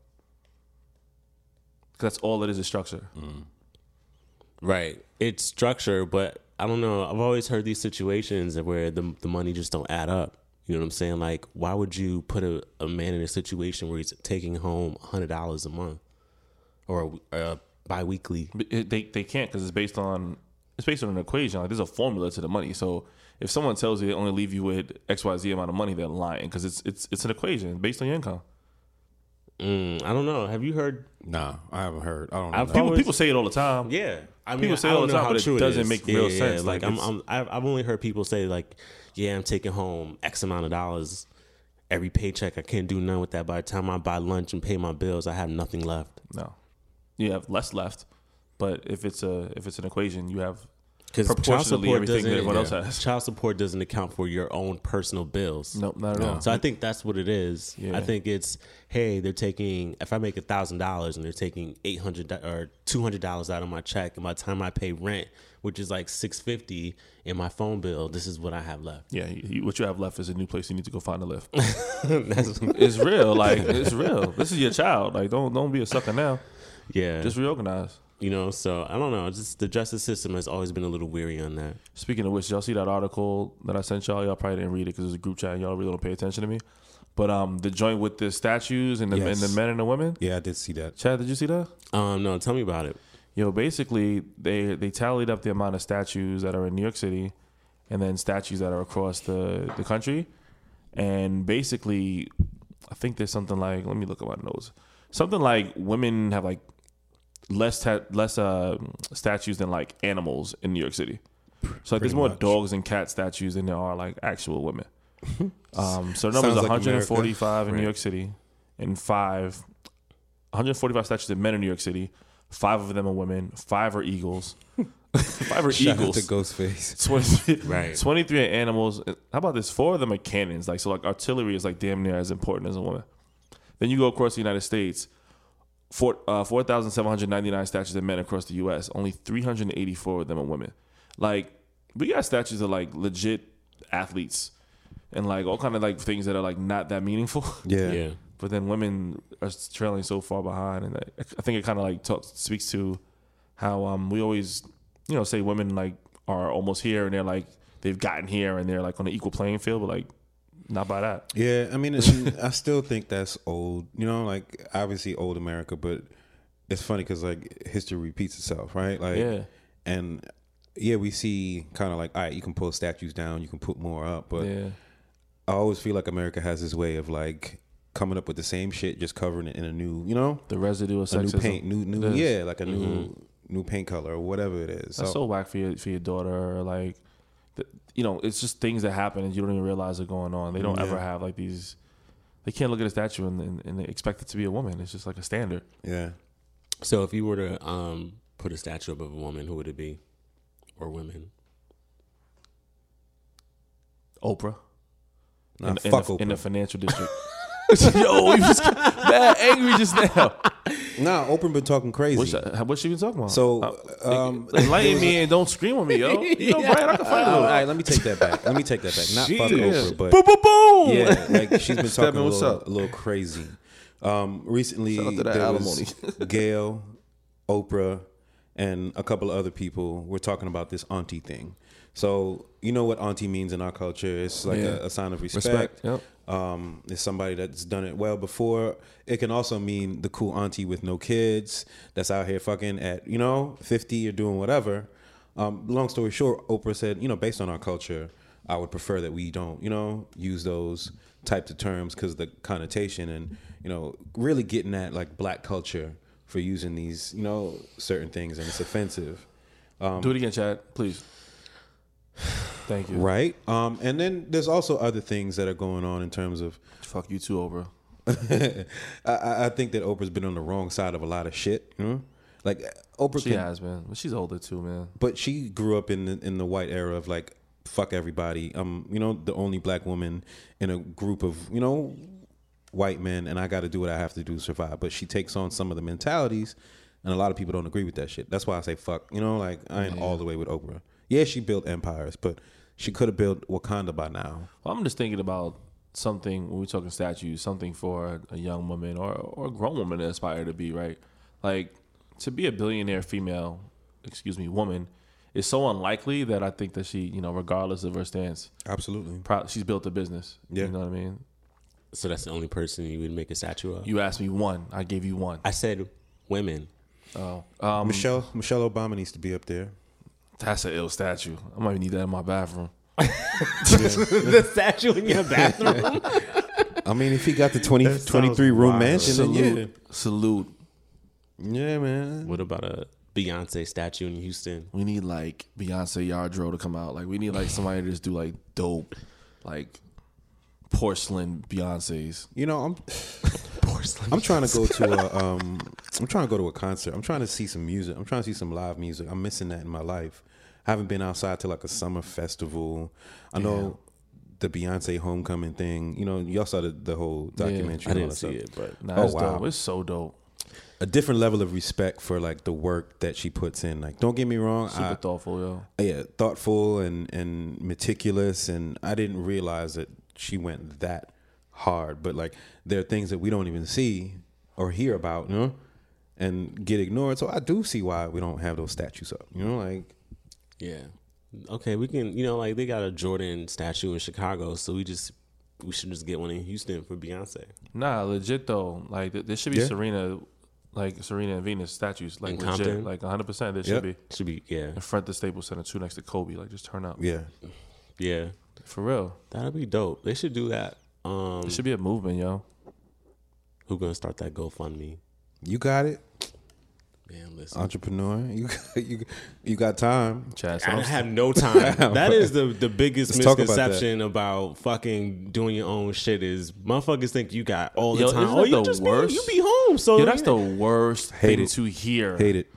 B: 'Cause that's all it is—a structure.
A: Right. It's structure, but I don't know. I've always heard these situations where the the money just don't add up. You know what I'm saying? Like, why would you put a, a man in a situation where he's taking home hundred dollars a month or uh, biweekly?
B: But it- they they can't because it's based on it's based on an equation. Like there's a formula to the money. So if someone tells you they only leave you with X Y Z amount of money, they're lying because it's it's it's an equation based on your income.
A: Mm, I don't know. Have you heard?
C: Nah, I haven't heard. I don't know.
A: I've
C: that.
B: People
A: Always-
B: people say it all the time.
A: Yeah, I mean,
B: People say
A: I
B: it all
A: don't
B: the
A: know
B: time,
A: how
B: but it
A: true
B: doesn't
A: is.
B: make real sense.
A: Like,
B: Like,
A: I'm,
B: it's-
A: I'm, I've, I've only heard people say like, yeah, I'm taking home X amount of dollars every paycheck. I can't do none with that. By the time I buy lunch and pay my bills, I have nothing left.
B: No, you have less left. But if it's a if it's an equation, you have
A: Because child
B: Proportionally,
A: support
B: everything that
A: doesn't.
B: everyone else has.
A: Child support doesn't account for your own personal bills.
B: no, not at all.
A: So I think that's what it is.
B: Yeah.
A: I think it's hey, they're taking if I make a thousand dollars and they're taking eight hundred do- or two hundred dollars out of my check, and by the time I pay rent, which is like six fifty, and my phone bill, this is what I have left.
B: Yeah, you, you- what you have left is a new place you need to go find a lift.
A: That's-
B: it's real, like it's real. This is your child. Like don't don't be a sucker now.
A: yeah,
B: Just reorganize.
A: you know. So I don't know. It's Just the justice system has always been a little weary on that.
B: Speaking of which, y'all see that article that I sent y'all? Y'all probably didn't read it because it was a group chat. And y'all really don't pay attention to me. But um, the joint with the statues and the,
C: Yes.
B: and the men and the women.
C: yeah, I did see that.
B: Chad, did you see that?
A: Um, no, tell me about it.
B: Yo, basically they they tallied up the amount of statues that are in New York City, and then statues that are across the the country, and basically, I think there's something like let me look at my notes. Something like women have like less ta- less uh, statues than like animals in New York City. So like, there's
C: pretty
B: more
C: much.
B: dogs and cat statues than there are like actual women. Um, so the number is
C: Sounds like
B: 145 in New
C: Right.
B: York City, and five 145 statues of men in New York City. Five of them are women. Five are eagles. five are
C: Shout out
B: eagles.
C: to Ghostface.
B: 23,
A: Right.
B: 23 are animals. How about this? Four of them are cannons. Like so, like artillery is like damn near as important as a woman. Then you go across the United States. Four uh, four thousand seven hundred ninety nine statues of men across the U.S. Only three hundred eighty four of them are women. Like we got statues of like legit athletes and like all kind of like things that are like not that meaningful.
C: Yeah.
A: yeah.
B: But then women are trailing so far behind, and I, I think it kind of like talks speaks to how um we always you know say women like are almost here and they're like they've gotten here and they're like on an equal playing field, but like not by that.
C: Yeah, I mean, it's, I still think that's old. You know, like obviously old America, but it's funny because like history repeats itself, right? Like,
B: Yeah.
C: and yeah, we see kind of like, all right, you can pull statues down, you can put more up, but
B: Yeah,
C: I always feel like America has this way of like coming up with the same shit, just covering it in a new, you know,
B: the residue of
C: a
B: sexism.
C: new paint, new new
B: Yes.
C: yeah, like a new new paint color or whatever it is.
B: That's so whack for your for your daughter. Or like, th you know, it's just things that happen and you don't even realize are going on. They don't ever
C: Yeah.
B: have like these. They can't look at a statue and, and, and expect it to be a woman. It's just like a standard.
C: yeah,
A: So if you were to um put a statue up of a woman, who would it be? Or women?
B: Oprah.
C: nah,
B: in, in
C: fuck
B: the, in the
C: Oprah.
B: financial district. Yo, you just mad angry just now.
C: nah, Oprah been talking crazy.
B: What's, what's she been talking about?
C: so,
B: Uh,
C: um,
B: enlighten me and don't scream on me, yo. You know, Brian, I can fight a
C: all
B: little.
C: right, let me take that back. Let me take that back. Not fuck
B: Jesus.
C: Oprah, but
B: boom, boom, boom.
C: yeah, like she's been
B: Stephen,
C: talking a
B: what's
C: little,
B: up?
C: a little crazy. Um, recently,
B: Shout out to that
C: there was Gail, Oprah, and a couple of other people were talking about this auntie thing. So you know what auntie means in our culture? It's like
B: Yeah.
C: a, a sign of respect.
B: Respect. Yep.
C: Um, it's somebody that's done it well before. It can also mean the cool auntie with no kids that's out here fucking at you know fifty or doing whatever. Um, long story short, Oprah said, you know, based on our culture, I would prefer that we don't, you know, use those types of terms because the connotation and you know really getting at like black culture for using these, you know, Um, certain things and it's offensive.
B: Do it again, Chad, please. Thank you.
C: right? Um, and then there's also other things that are going on in terms of.
B: Fuck you too, Oprah.
C: I- I, I think that Oprah's been on the wrong side of a lot of shit. You know? Like uh, Oprah,
B: She
C: can-
B: has, man. But she's older too, man.
C: but she grew up in the, in the white era of like fuck everybody. Um, you know, the only black woman in a group of you know white men, and I got to do what I have to do to survive. But she takes on some of the mentalities, and a lot of people don't agree with that shit. That's why I say fuck. You know, like I ain't all the way with Oprah. Yeah, she built empires, but she could have built Wakanda by now.
B: Well, I'm just thinking about something when we're talking statues, something for a young woman or or a grown woman to aspire to be, right? Like to be a billionaire female, excuse me, woman is so unlikely that I think that she, you know, regardless of her stance,
C: Absolutely.
B: pro- she's built a business.
C: Yeah.
B: You know what I mean?
A: So that's the only person you would make a statue of.
B: You asked me one, I gave you one.
A: I said women.
B: Oh, um,
C: Michelle Michelle Obama needs to be up there.
B: that's an ill statue. I might need that in my bathroom.
A: the statue in your bathroom.
C: I mean, if he got the 20,
A: sounds
C: 23 room
A: wild.
C: mansion, then yeah.
B: Salute, salute.
C: Yeah, man.
A: what about a Beyonce statue in Houston?
B: We need like Beyonce Yardro to come out. Like we need like somebody to just do like dope, like porcelain Beyonces.
C: You know, I'm
A: Porcelain.
C: I'm trying to go to a um I'm trying to go to a concert. I'm trying to see some music. I'm trying to see some live music. I'm missing that in my life. I haven't been outside to like a summer festival. I know the Beyonce homecoming thing. You know, y'all saw the, the whole documentary. and
A: I didn't
C: all that
A: see
C: stuff.
A: it, but
B: Nah,
C: Oh,
B: it's
C: wow.
B: dope. It's so dope.
C: A different level of respect for like the work that she puts in. Like, don't get me wrong.
B: Super
C: I,
B: thoughtful, yo.
C: yeah, thoughtful and and meticulous. And I didn't realize that she went that hard. But like, there are things that we don't even see or hear about, you know, and get ignored. So I do see why we don't have those statues up. You know, like
A: yeah. Okay, we can. You know, like they got a Jordan statue in Chicago, so we just we should just get one in Houston for Beyonce
B: Nah, legit though. Like th- there should be
C: Yeah.
B: Serena, like Serena and Venus statues. Like
A: In
B: legit,
A: Compton?
B: like 100. percent There
C: Yep.
B: should be
A: Should be yeah,
B: in front of the Staples Center too, next to Kobe. Like just turn up
C: yeah,
A: yeah.
B: for real.
A: That'll be dope. They should do that. Um,
B: It should be a movement, yo.
A: who gonna start that GoFundMe?
C: you got it,
A: Man, listen.
C: entrepreneur. You you you got time.
B: Chad, so
A: I
B: I'm,
A: have no time. That is the, the biggest
C: Let's talk about
A: misconception about, fucking doing your own shit is motherfuckers think you got all the
B: Yo,
A: time.
B: isn't
A: Oh,
B: that
A: you
B: the
A: just
B: worst?
A: Be, you be home. So
B: yo, that's the worst
C: Hate
B: thing
C: it.
B: to hear.
C: Hate it.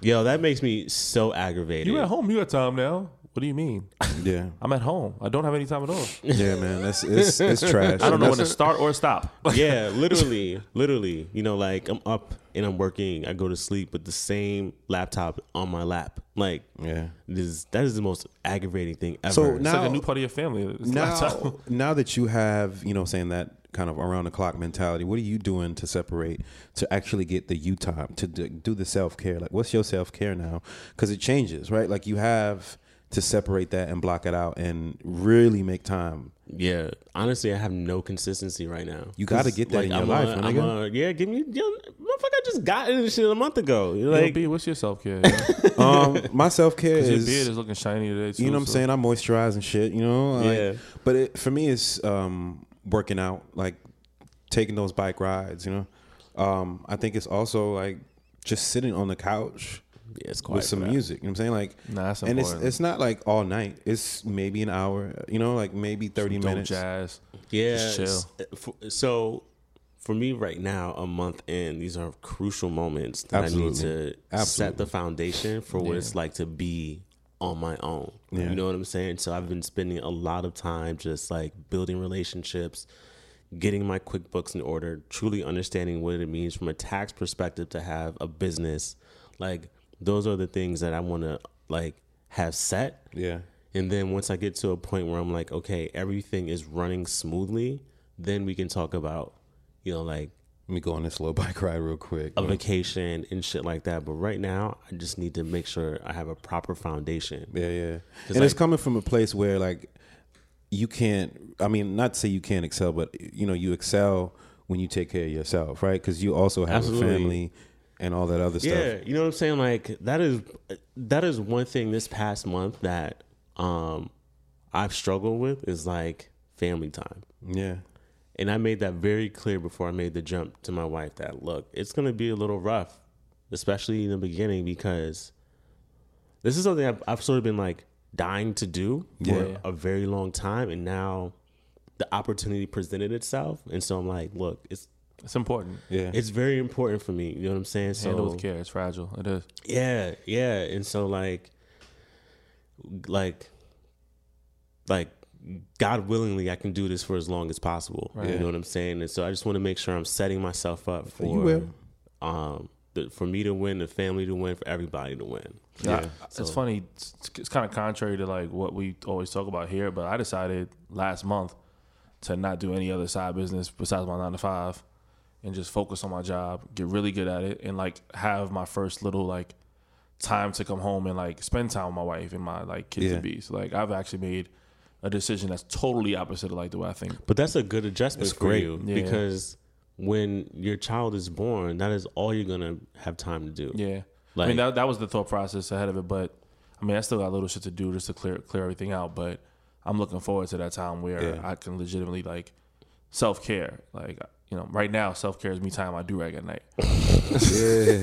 A: Yo, that makes me so aggravated.
B: You at home? You got time now? What do you mean?
C: Yeah,
B: I'm at home. I don't have any time at all.
C: yeah, man. That's it's it's trash.
B: I don't know when to start or stop.
A: yeah, literally, literally. You know, like I'm up and I'm working. I go to sleep with the same laptop on my lap. Like,
C: Yeah.
A: this that is the most aggravating thing ever.
C: So
B: It's
C: now
B: like a new part of your family. It's laptop.
C: now, now that you have, you know, saying that kind of around the clock mentality, what are you doing to separate, to actually get the you time, to d- do the self care? Like, what's your self care now? Because it changes, right? Like, you have to separate that and block it out and really make time.
A: yeah, honestly, I have no consistency right now.
C: You gotta get that in your
A: I'm
C: life,
A: A,
C: my
A: I'm a,
C: nigga.
A: yeah, give me, yo, motherfucker, I just got this shit a month ago. You're
B: Yo,
A: like,
B: B, what's your self care? Your
C: Um, my self care
B: beard
C: is.
B: is looking shiny today. Too,
C: you know what I'm
B: so-
C: saying? I moisturize and shit, you know? Like,
A: Yeah.
C: But it, for me, it's um, working out, like taking those bike rides, you know? Um, I think it's also like just sitting on the couch.
A: yeah, it's
C: with
A: quiet
C: some
A: for that.
C: music. You know what I'm saying? Like,
B: Nah, that's
C: and it's
B: important.
C: it's not like all night. It's maybe an hour. You know, like maybe thirty
B: Dope
C: minutes.
B: jazz.
A: Yeah.
B: Just chill.
A: s- for- So for me right now, a month in, these are crucial moments that I
C: Absolutely.
A: need to set the foundation for what it's like to be on my own.
C: Yeah.
A: You know what I'm saying? So I've been spending a lot of time just like building relationships, getting my QuickBooks in order, truly understanding what it means from a tax perspective to have a business. Like those are the things that I want to like have set
C: Yeah,
A: and then once I get to a point where I'm like, okay, everything is running smoothly, then we can talk about, you know, like
C: let me go on this little bike ride real quick.
A: a vacation and shit like that. But right now, I just need to make sure I have a proper foundation.
C: Yeah, yeah. And it's coming from a place where like you can't. I mean, not to say you can't excel, but you know, you excel when you take care of yourself, right? Because you also have
A: Absolutely.
C: a family and all that other stuff.
A: Yeah, you know what I'm saying? Like that is that is one thing this past month that um I've struggled with is like family time.
C: Yeah.
A: And I made that very clear before I made the jump to my wife that look, it's going to be a little rough, especially in the beginning, because this is something I've, I've sort of been like dying to do for
C: Yeah.
A: a very long time, and now the opportunity presented itself, and so I'm like, look, it's
B: It's important.
C: Yeah.
A: it's very important for me. You know what I'm saying? So
B: Handle with care. It's fragile. It is.
A: yeah, yeah, and so like, like, like God willingly, I can do this for as long as possible. You
B: Right.
A: know what I'm saying? And so I just want to make sure I'm setting myself up for
C: will.
A: um, the, for me to win, the family to win, for everybody to win.
B: Yeah, it's funny. It's, it's kind of contrary to like what we always talk about here, but I decided last month to not do any other side business besides my nine to five, and just focus on my job, get really good at it, and like have my first little like time to come home and like spend time with my wife and my like kids
C: Yeah.
B: and bees. Like I've actually made a decision that's totally opposite of like the way I think.
A: But that's a good adjustment
C: That's
A: for
C: great.
A: you
B: Yeah.
A: because when your child is born, that is all you're gonna have time to do.
B: Yeah. I
A: Like-
B: mean that that was the thought process ahead of it, but I mean I still got a little shit to do just to clear clear everything out, but I'm looking forward to that time where
C: Yeah.
B: I can legitimately like self care. Like you know, right now self care is me time I do rag at night.
C: Yeah.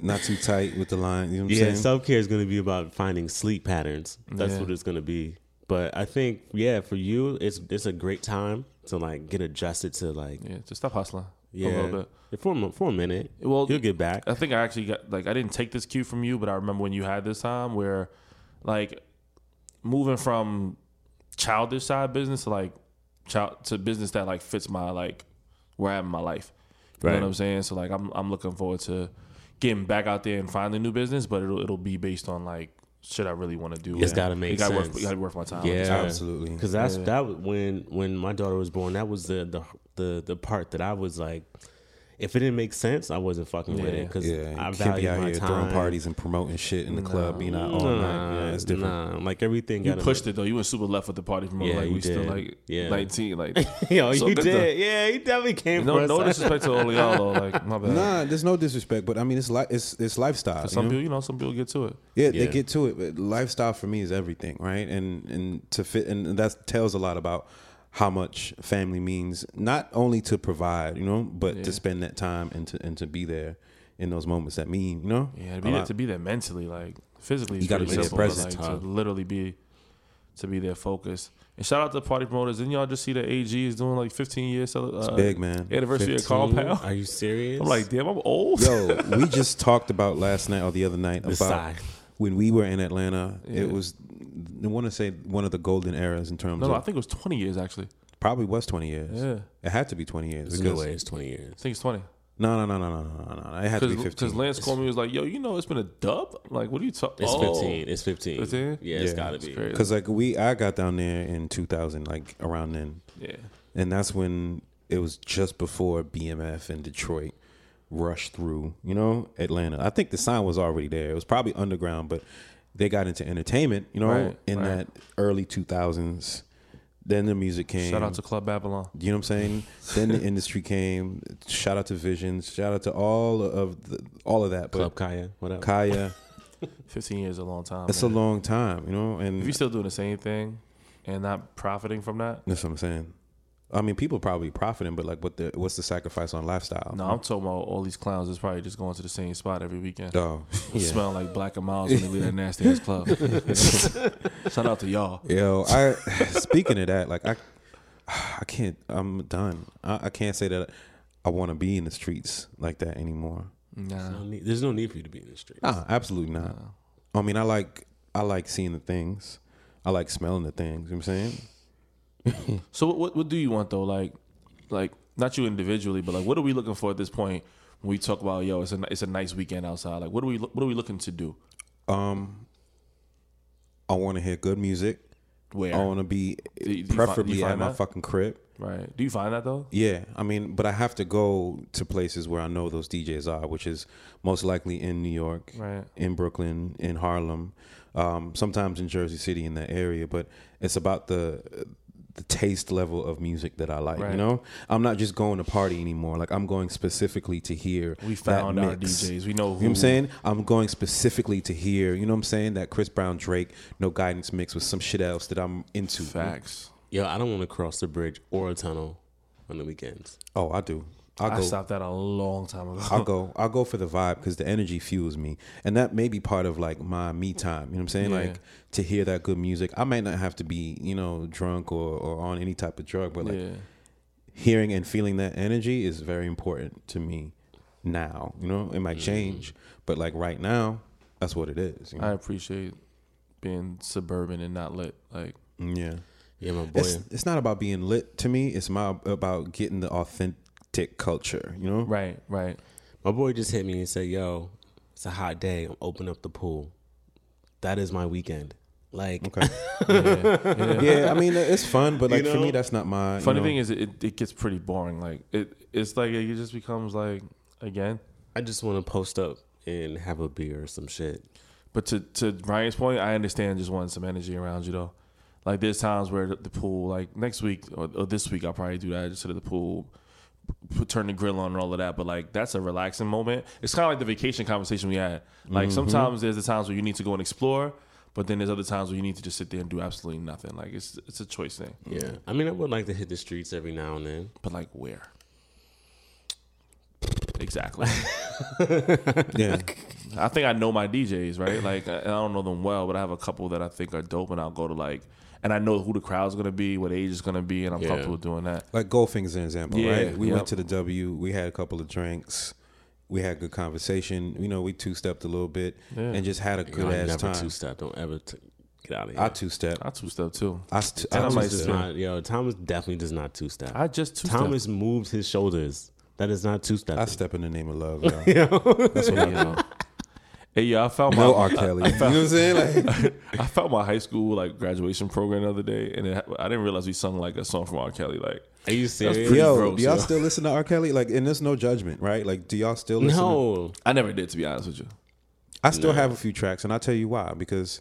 C: Not too tight with the line. You know what I'm
A: Yeah,
C: saying?
A: self care is going to be about finding sleep patterns. That's
B: Yeah.
A: what it's going to be. But I think, yeah, for you, it's it's a great time to like get adjusted to like
B: Yeah, just stop hustling
A: yeah
B: a little bit.
A: for a, mo- for a minute.
B: Well,
A: You'll get back.
B: I think I actually got like I didn't take this cue from you, but I remember when you had this time where like moving from childish side business to like child to business that like fits my like where I am in my life. You
A: Right.
B: know what I'm saying? So like I'm I'm looking forward to getting back out there and finding new business, but it'll it'll be based on like shit I really want to do.
A: It's
B: Yeah.
A: gotta make
B: it gotta Worth,
A: sense.
B: it gotta be worth my time.
A: Yeah,
C: Absolutely.
A: Because that's that was when when my daughter was born. That was the the the, the part that I was like, if it didn't make sense, I wasn't fucking with it.
B: Yeah.
A: Because
C: Yeah, you
A: I
C: can't
A: value
C: be out
A: my
C: here
A: time.
C: throwing parties and promoting shit in the club, being out all night. Yeah, it's different.
A: Nah, like everything.
B: You
A: gotta
B: pushed it though. You went super left with the party from
A: Yeah,
B: like
A: you
B: we still
A: did.
B: like
A: Yeah.
B: 19 like
A: Yo,
B: So
A: you
B: good,
A: did.
B: though.
A: Yeah, he definitely came
B: no
A: for
B: no
A: us.
B: disrespect to all of y'all though like my bad.
C: Nah, there's no disrespect, but I mean it's li- it's it's lifestyle. you
B: Some
C: know?
B: people, you know, some people get to it.
C: yeah,
A: Yeah.
C: they get to it, but lifestyle for me is everything, right? And and to fit and that tells a lot about how much family means, not only to provide, you know, but to spend that time and to and to be there in those moments that mean, you know. Uh,
B: Yeah, to
C: A
B: be there,
C: lot.
B: to be there mentally, like physically,
C: You
B: you
C: gotta
B: got
C: be there present,
B: Like, to
C: huh?
B: literally be, to be there focused. And shout out to party promoters. Didn't y'all just see that AG is doing like 15 years cele- uh,
C: big, man.
B: anniversary of
A: 15?
B: Compound?
A: Are you serious?
B: I'm like, damn, I'm old.
C: Yo, we just talked about last night or the other night
A: This
C: about
A: side.
C: when we were in Atlanta.
B: Yeah.
C: It was I want to say one of the golden eras in terms
B: No,
C: of
B: no, I think it was 20 years actually.
C: probably was 20 years.
B: Yeah,
C: It had to be 20 years.
A: There's no
C: Because,
A: way it's 20 years.
B: I think it's 20.
C: no, no, no, no, no, no, no, no. It had to be 15.
B: Because Lance called me, he was like, yo, you know, it's been a dub. I'm Like, what are you talking?
A: It's
B: oh,
A: 15. It's 15.
B: 15?
A: Yeah, it's
C: Yeah.
A: gotta
B: It's
A: be.
B: crazy.
C: Because like we, I got down there in 2000, like around then,
B: Yeah,
C: and that's when it was just before BMF and Detroit rushed through. You know, Atlanta. I think the sign was already there. It was probably underground, but they got into entertainment. You know,
B: Right,
C: in
B: right.
C: that early 2000s. Then the music came.
B: shout out to Club Babylon.
C: You know what I'm saying? then the industry came. Shout out to Visions. Shout out to all of the, all of that.
A: Club
C: But
A: Kaya, what up?
C: Kaya,
B: 15 years is a long time.
C: it's a
B: man.
C: long time. You know, and
B: If you're still doing the same thing and not profiting from that,
C: That's what I'm saying. I mean, people probably profiting, but like, what the what's the sacrifice on lifestyle?
B: No, I'm talking about all these clowns that's probably just going to the same spot every weekend.
C: Oh, yeah.
B: Smelling like black and miles when they leave that nasty ass club. Shout out to y'all.
C: Yo, I speaking of that, like I, I can't. I'm done. I, I can't say that I want to be in the streets like that anymore.
A: No
B: Nah.
A: need- There's no need for you to be in the street.
C: Nah, absolutely not. I mean, I like I like seeing the things. I like smelling the things. You know what I'm saying?
B: So what, what what do you want though? Like like not you individually, but like what are we looking for at this point when we talk about yo, it's a it's a nice weekend outside. Like what are we what are we looking to do?
C: Um, I want to hear good music.
B: Where?
C: I want to be
B: Do you- do you fi-
C: preferably
B: do you
C: at
B: find
C: my
B: that?
C: fucking crib.
B: Right. Do you find that though?
C: Yeah, I mean, but I have to go to places where I know those DJs are, which is most likely in New York,
B: Right.
C: in Brooklyn, in Harlem, um, sometimes in Jersey City in that area. But it's about the the taste level of music that I like. You
B: Right.
C: know, I'm not just going to party anymore. Like I'm going specifically to hear.
B: We found
C: that
B: our
C: mix.
B: DJs. We know who
C: You know what I'm saying? I'm going specifically to hear, you know what I'm saying? That Chris Brown Drake No Guidance mix with some shit else that I'm into.
B: facts.
A: Yo, I don't want to cross the bridge or a tunnel on the weekends.
C: Oh, I do. I'll
B: I
C: go.
B: stopped that a long time ago.
C: I'll go. I'll go for the vibe because the energy fuels me, and that may be part of like my me time. You know what I'm saying?
B: Yeah.
C: Like to hear that good music. I might not have to be you know drunk or, or on any type of drug, but like
B: yeah.
C: hearing and feeling that energy is very important to me now. You know, it
B: Mm.
C: might change, but like right now, that's what it is. You
B: I
C: know?
B: appreciate being suburban and not lit. Like
C: Mm, yeah,
A: Yeah, my boy.
C: it's it's not about being lit to me. It's my about getting the authentic culture. You know,
B: right, right.
A: My boy just hit me and said, "Yo, it's a hot day. I'm open up the pool. That is my weekend. Like,
C: Okay.
B: Yeah.
C: yeah, I mean it's fun, but like
A: You
C: for
A: know?
C: me, that's not my
B: Funny thing is, it, it gets pretty boring. Like it, it's like it just becomes like again.
A: I just want to post up and have a beer or some shit.
B: But to to Brian's point, I understand just wanting some energy around you though. Like there's times where the, the pool, like next week or, or this week, I'll probably do that. Just sit at the pool, put, turn the grill on and all of that. But like that's a relaxing moment. It's kind of like the vacation conversation we had. Like
A: Mm-hmm.
B: sometimes there's the times where you need to go and explore, but then there's other times where you need to just sit there and do absolutely nothing. Like it's it's a choice thing.
A: Yeah, I mean, I would like to hit the streets every now and then.
B: But like where? Exactly.
C: yeah.
B: I think I know my DJs, right? Like, I I don't know them well, but I have a couple that I think are dope, and I'll go to like, and I know who the crowd's gonna be, what age it's gonna be, and I'm
A: Yeah.
B: comfortable doing that.
C: Like Goldfinger's an example,
B: Yeah,
C: right? We
B: yep.
C: went to the W. We had a couple of drinks. We had good conversation. You know, we two stepped a little bit and just had a good
A: I
C: ass
A: never
C: time.
A: two step. Don't ever t- get out of here.
C: I two step.
B: I two step too.
C: I, st- I
B: Thomas
A: Thomas
C: two
B: might
A: does
B: step.
A: not. Yo, Thomas definitely does not two step.
B: I just two step.
A: Thomas moves his shoulders. That is not two step.
C: I step in the name of love, y'all. That's what I do.
B: Hey, yo, I found my
C: No R. Kelly. You know what I'm saying? Like,
B: I found my high school like graduation program the other day, and it, ha- I didn't realize we sung like a song from R. Kelly. Like,
A: Are you serious?
B: pretty-
C: yo,
B: gross,
C: do y'all
B: yo.
C: still listen to R. Kelly? Like, and there's no judgment, right? Like, do y'all still listen? to-
A: no.
B: I never did, to be honest with you.
C: I still have a few tracks, and I'll tell you why. Because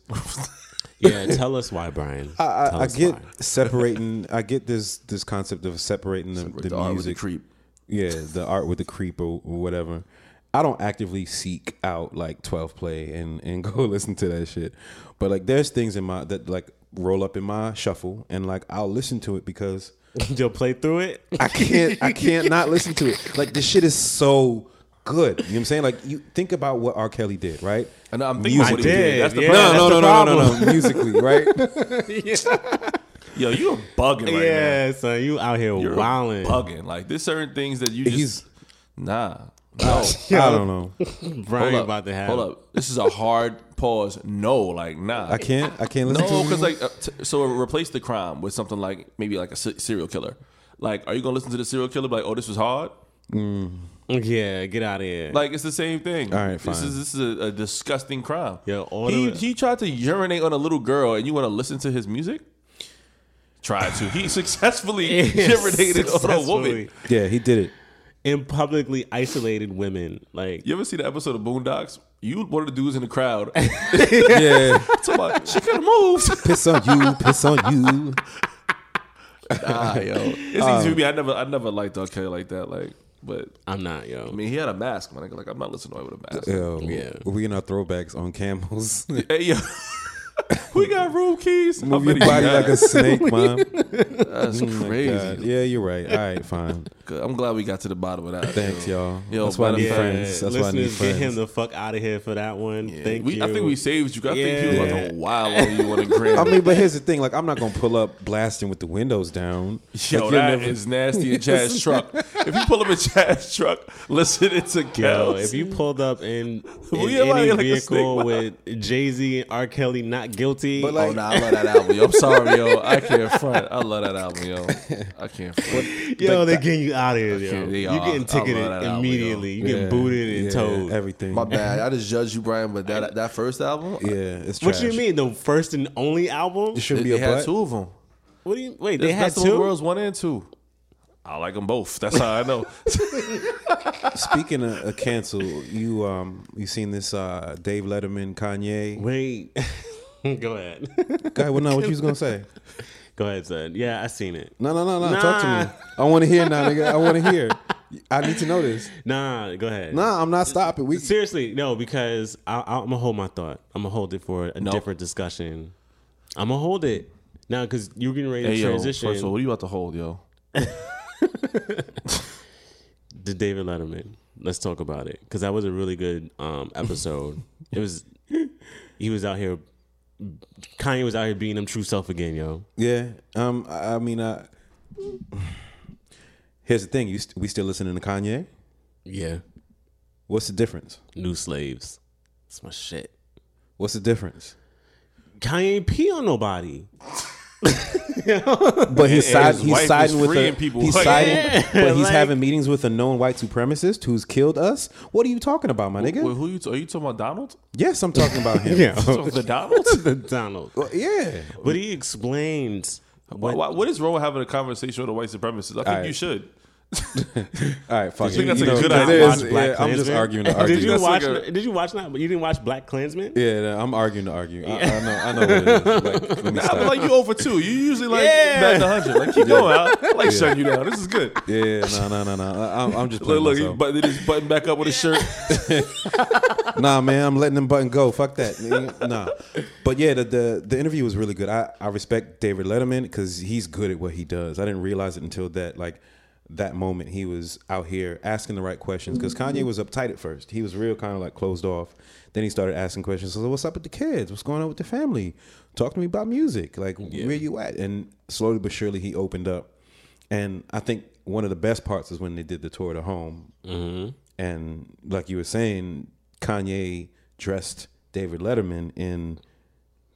A: Yeah, tell us why, Brian.
C: I, I,
A: tell
C: I
A: us
C: get
A: why.
C: separating. I get this this concept of separating the,
B: With
C: the,
B: the art with the
C: music
B: creep.
C: yeah, the art with the creep or whatever. I don't actively seek out like 12 play and and go listen to that shit. But like there's things in my that like roll up in my shuffle and like I'll listen to it because
A: You'll play through it.
C: I can't I can't not listen to it. Like this shit is so good. You know what I'm saying? Like you think about what R. Kelly did, right?
B: I know, I'm thinking about
A: I
B: what he did.
A: did,
B: That's the
A: yeah. that's the
B: problem.
A: problem.
C: no. Musically, right?
B: Yo, you are bugging right now.
A: yeah, son, you out here
B: You're
A: wilding.
B: bugging. Like there's certain things that you just
C: He's-
B: nah. No.
C: I don't know.
A: Brian about to have.
B: Hold up. This is a hard pause. No, like nah.
C: I can't I can't listen
B: No,
C: to it.
B: because like uh, t- so replace the crime with something like maybe like a se- serial killer. Like, are you gonna listen to the serial killer? Be like, oh, this was hard.
A: Yeah, get out of here.
B: Like, it's the same thing.
C: All right,
B: This
C: fine.
B: is this is a, a disgusting crime.
A: Yo, all
B: he
A: the-
B: he tried to urinate on a little girl, and you want to listen to his music? Tried to. He successfully
A: Yeah,
B: urinated on a
A: successfully.
B: woman.
C: Yeah, he did it.
A: and publicly isolated women. Like,
B: You ever see the episode of Boondocks? You one of the dudes in the crowd.
C: Yeah.
B: Somebody, she could have moved.
C: piss on you, piss on you.
B: Ah, yo, it's easy
C: Um,
B: for me. I never, I never liked R. Kelly like that. Like, but
A: I'm not, yo.
B: I mean, he had a mask, man. Like, I'm not listening to him with a mask.
C: Yo,
A: Yeah.
C: We in our throwbacks on camels.
B: Hey, yo, we got room keys.
C: Move your body like a snake, mom. Oh
B: That's
C: God.
B: crazy.
C: Yeah, you're right. All right, fine.
B: I'm glad we got to the bottom of that.
C: Thanks, y'all.
B: Yo,
C: That's why I
B: matter
C: need
B: of fact-
C: friends. That's why I need
A: listeners, get
C: friends.
A: him the fuck out of here for that one. Thank
B: we,
A: you.
B: I think we saved you. I think you was
A: Yeah.
B: like a wild on you on a grid.
C: I mean, but here's the thing. Like, I'm not gonna pull up blasting with the windows down.
B: Yo,
C: like, you'll
B: that is
C: never-
B: nasty in Chad's truck. If you pull up in Chad's truck, listen, it's a
A: Yo,
B: cow.
A: if you pulled up in, in
B: We are like-
A: any
B: like a
A: vehicle
B: snake.
A: with Jay Z and R. Kelly not guilty,
C: But, like-
B: oh, nah, I love that album, yo. I'm sorry, yo. I can't front. I love that album, yo. I can't front.
A: yo,
C: like
A: they're
C: that-
A: getting you out of here, yo.
B: can't-
A: You're
B: yeah, I- I
A: getting
B: love that
A: ticketed
B: album,
A: immediately.
C: Yeah,
A: You're getting booted and
C: yeah,
A: towed.
C: Everything.
D: My bad. I just judged you, Brian, but that that first album,
C: yeah, it's
A: What
C: trash.
A: you mean? The first and only album?
C: It should
B: They,
C: be a
B: had
C: butt.
B: two of them.
A: What do you wait? They had
B: Best of the
A: two.
B: Worlds one and two. I like them both. That's how I know.
C: Speaking of, of cancel, you um, you seen this uh Dave Letterman Kanye
A: Wait, go ahead,
C: guy? Well, no, what you was gonna say?
A: go ahead, son. Yeah, I seen it.
C: No, no, no, no. Talk to me. I want to hear now, nigga. I want to hear. I need to know this.
A: Nah, go ahead.
C: Nah, I'm not stopping. We
A: Seriously, no, because I, I, I'm gonna hold my thought. I'm gonna hold it for a different discussion. I'm gonna hold it now because you're getting ready
B: hey,
A: to
B: yo,
A: transition.
B: first of all, what are you about to hold, yo?
A: the David Letterman. Let's talk about it because that was a really good um, episode. it was he was out here. Kanye was out here being him true self again, yo.
C: Yeah. Um. I I mean, uh, here's the thing. You st- we still listening to Kanye?
A: Yeah,
C: What's the difference?
A: new slaves. That's my shit.
C: What's the difference?
A: Kanye ain't pee on nobody.
C: But he's,
B: And- and
C: side,
B: his
C: he's
B: wife
C: siding
B: is
C: with a,
B: freeing people.
C: He's
B: Like-
C: siding, but he's
A: like-
C: having meetings with a known white supremacist who's killed us. What are you talking about, my nigga?
B: Wait, who you t- are you talking about? Donald?
C: yes, I'm talking about him. yeah.
B: Talking about the Donald?
A: Donald,
C: yeah.
A: but he explained.
B: Why- why- what is wrong with having a conversation with a white supremacist? I think
C: Alright.
B: you should.
C: All right, fuck it.
B: think that's
C: You
B: a good
C: it
B: idea?
C: is-
A: Watch Black
C: yeah, I'm just
A: Klansman?
C: arguing to argue.
A: Did you
C: That's
A: watch?
C: like a-
A: did you watch that? You didn't watch Black Klansman?
C: yeah, no, I'm arguing to argue. I, I know, I know what it is. Like, let me
B: I feel
C: stop.
B: like you over two. You usually like
A: Yeah.
B: back to hundred. Like keep going. I, I like shutting you down. This is good.
C: Yeah, no, no, no, no. I- I'm, I'm just
B: Look,
C: playing
B: look, he
C: myself.
B: button, he's button back up with his shirt.
C: nah, man, I'm letting them button go. Fuck that. nigga. nah, but yeah, the, the the interview was really good. I I respect David Letterman because he's good at what he does. I didn't realize it until that like that moment he was out here asking the right questions because Kanye was uptight at first. He was real kind of like closed off. Then he started asking questions. So what's up with the kids? What's going on with the family? Talk to me about music. Like where you at? And slowly but surely he opened up. And I think one of the best parts is when they did the tour to home. Mm-hmm. And like you were saying, Kanye dressed David Letterman in,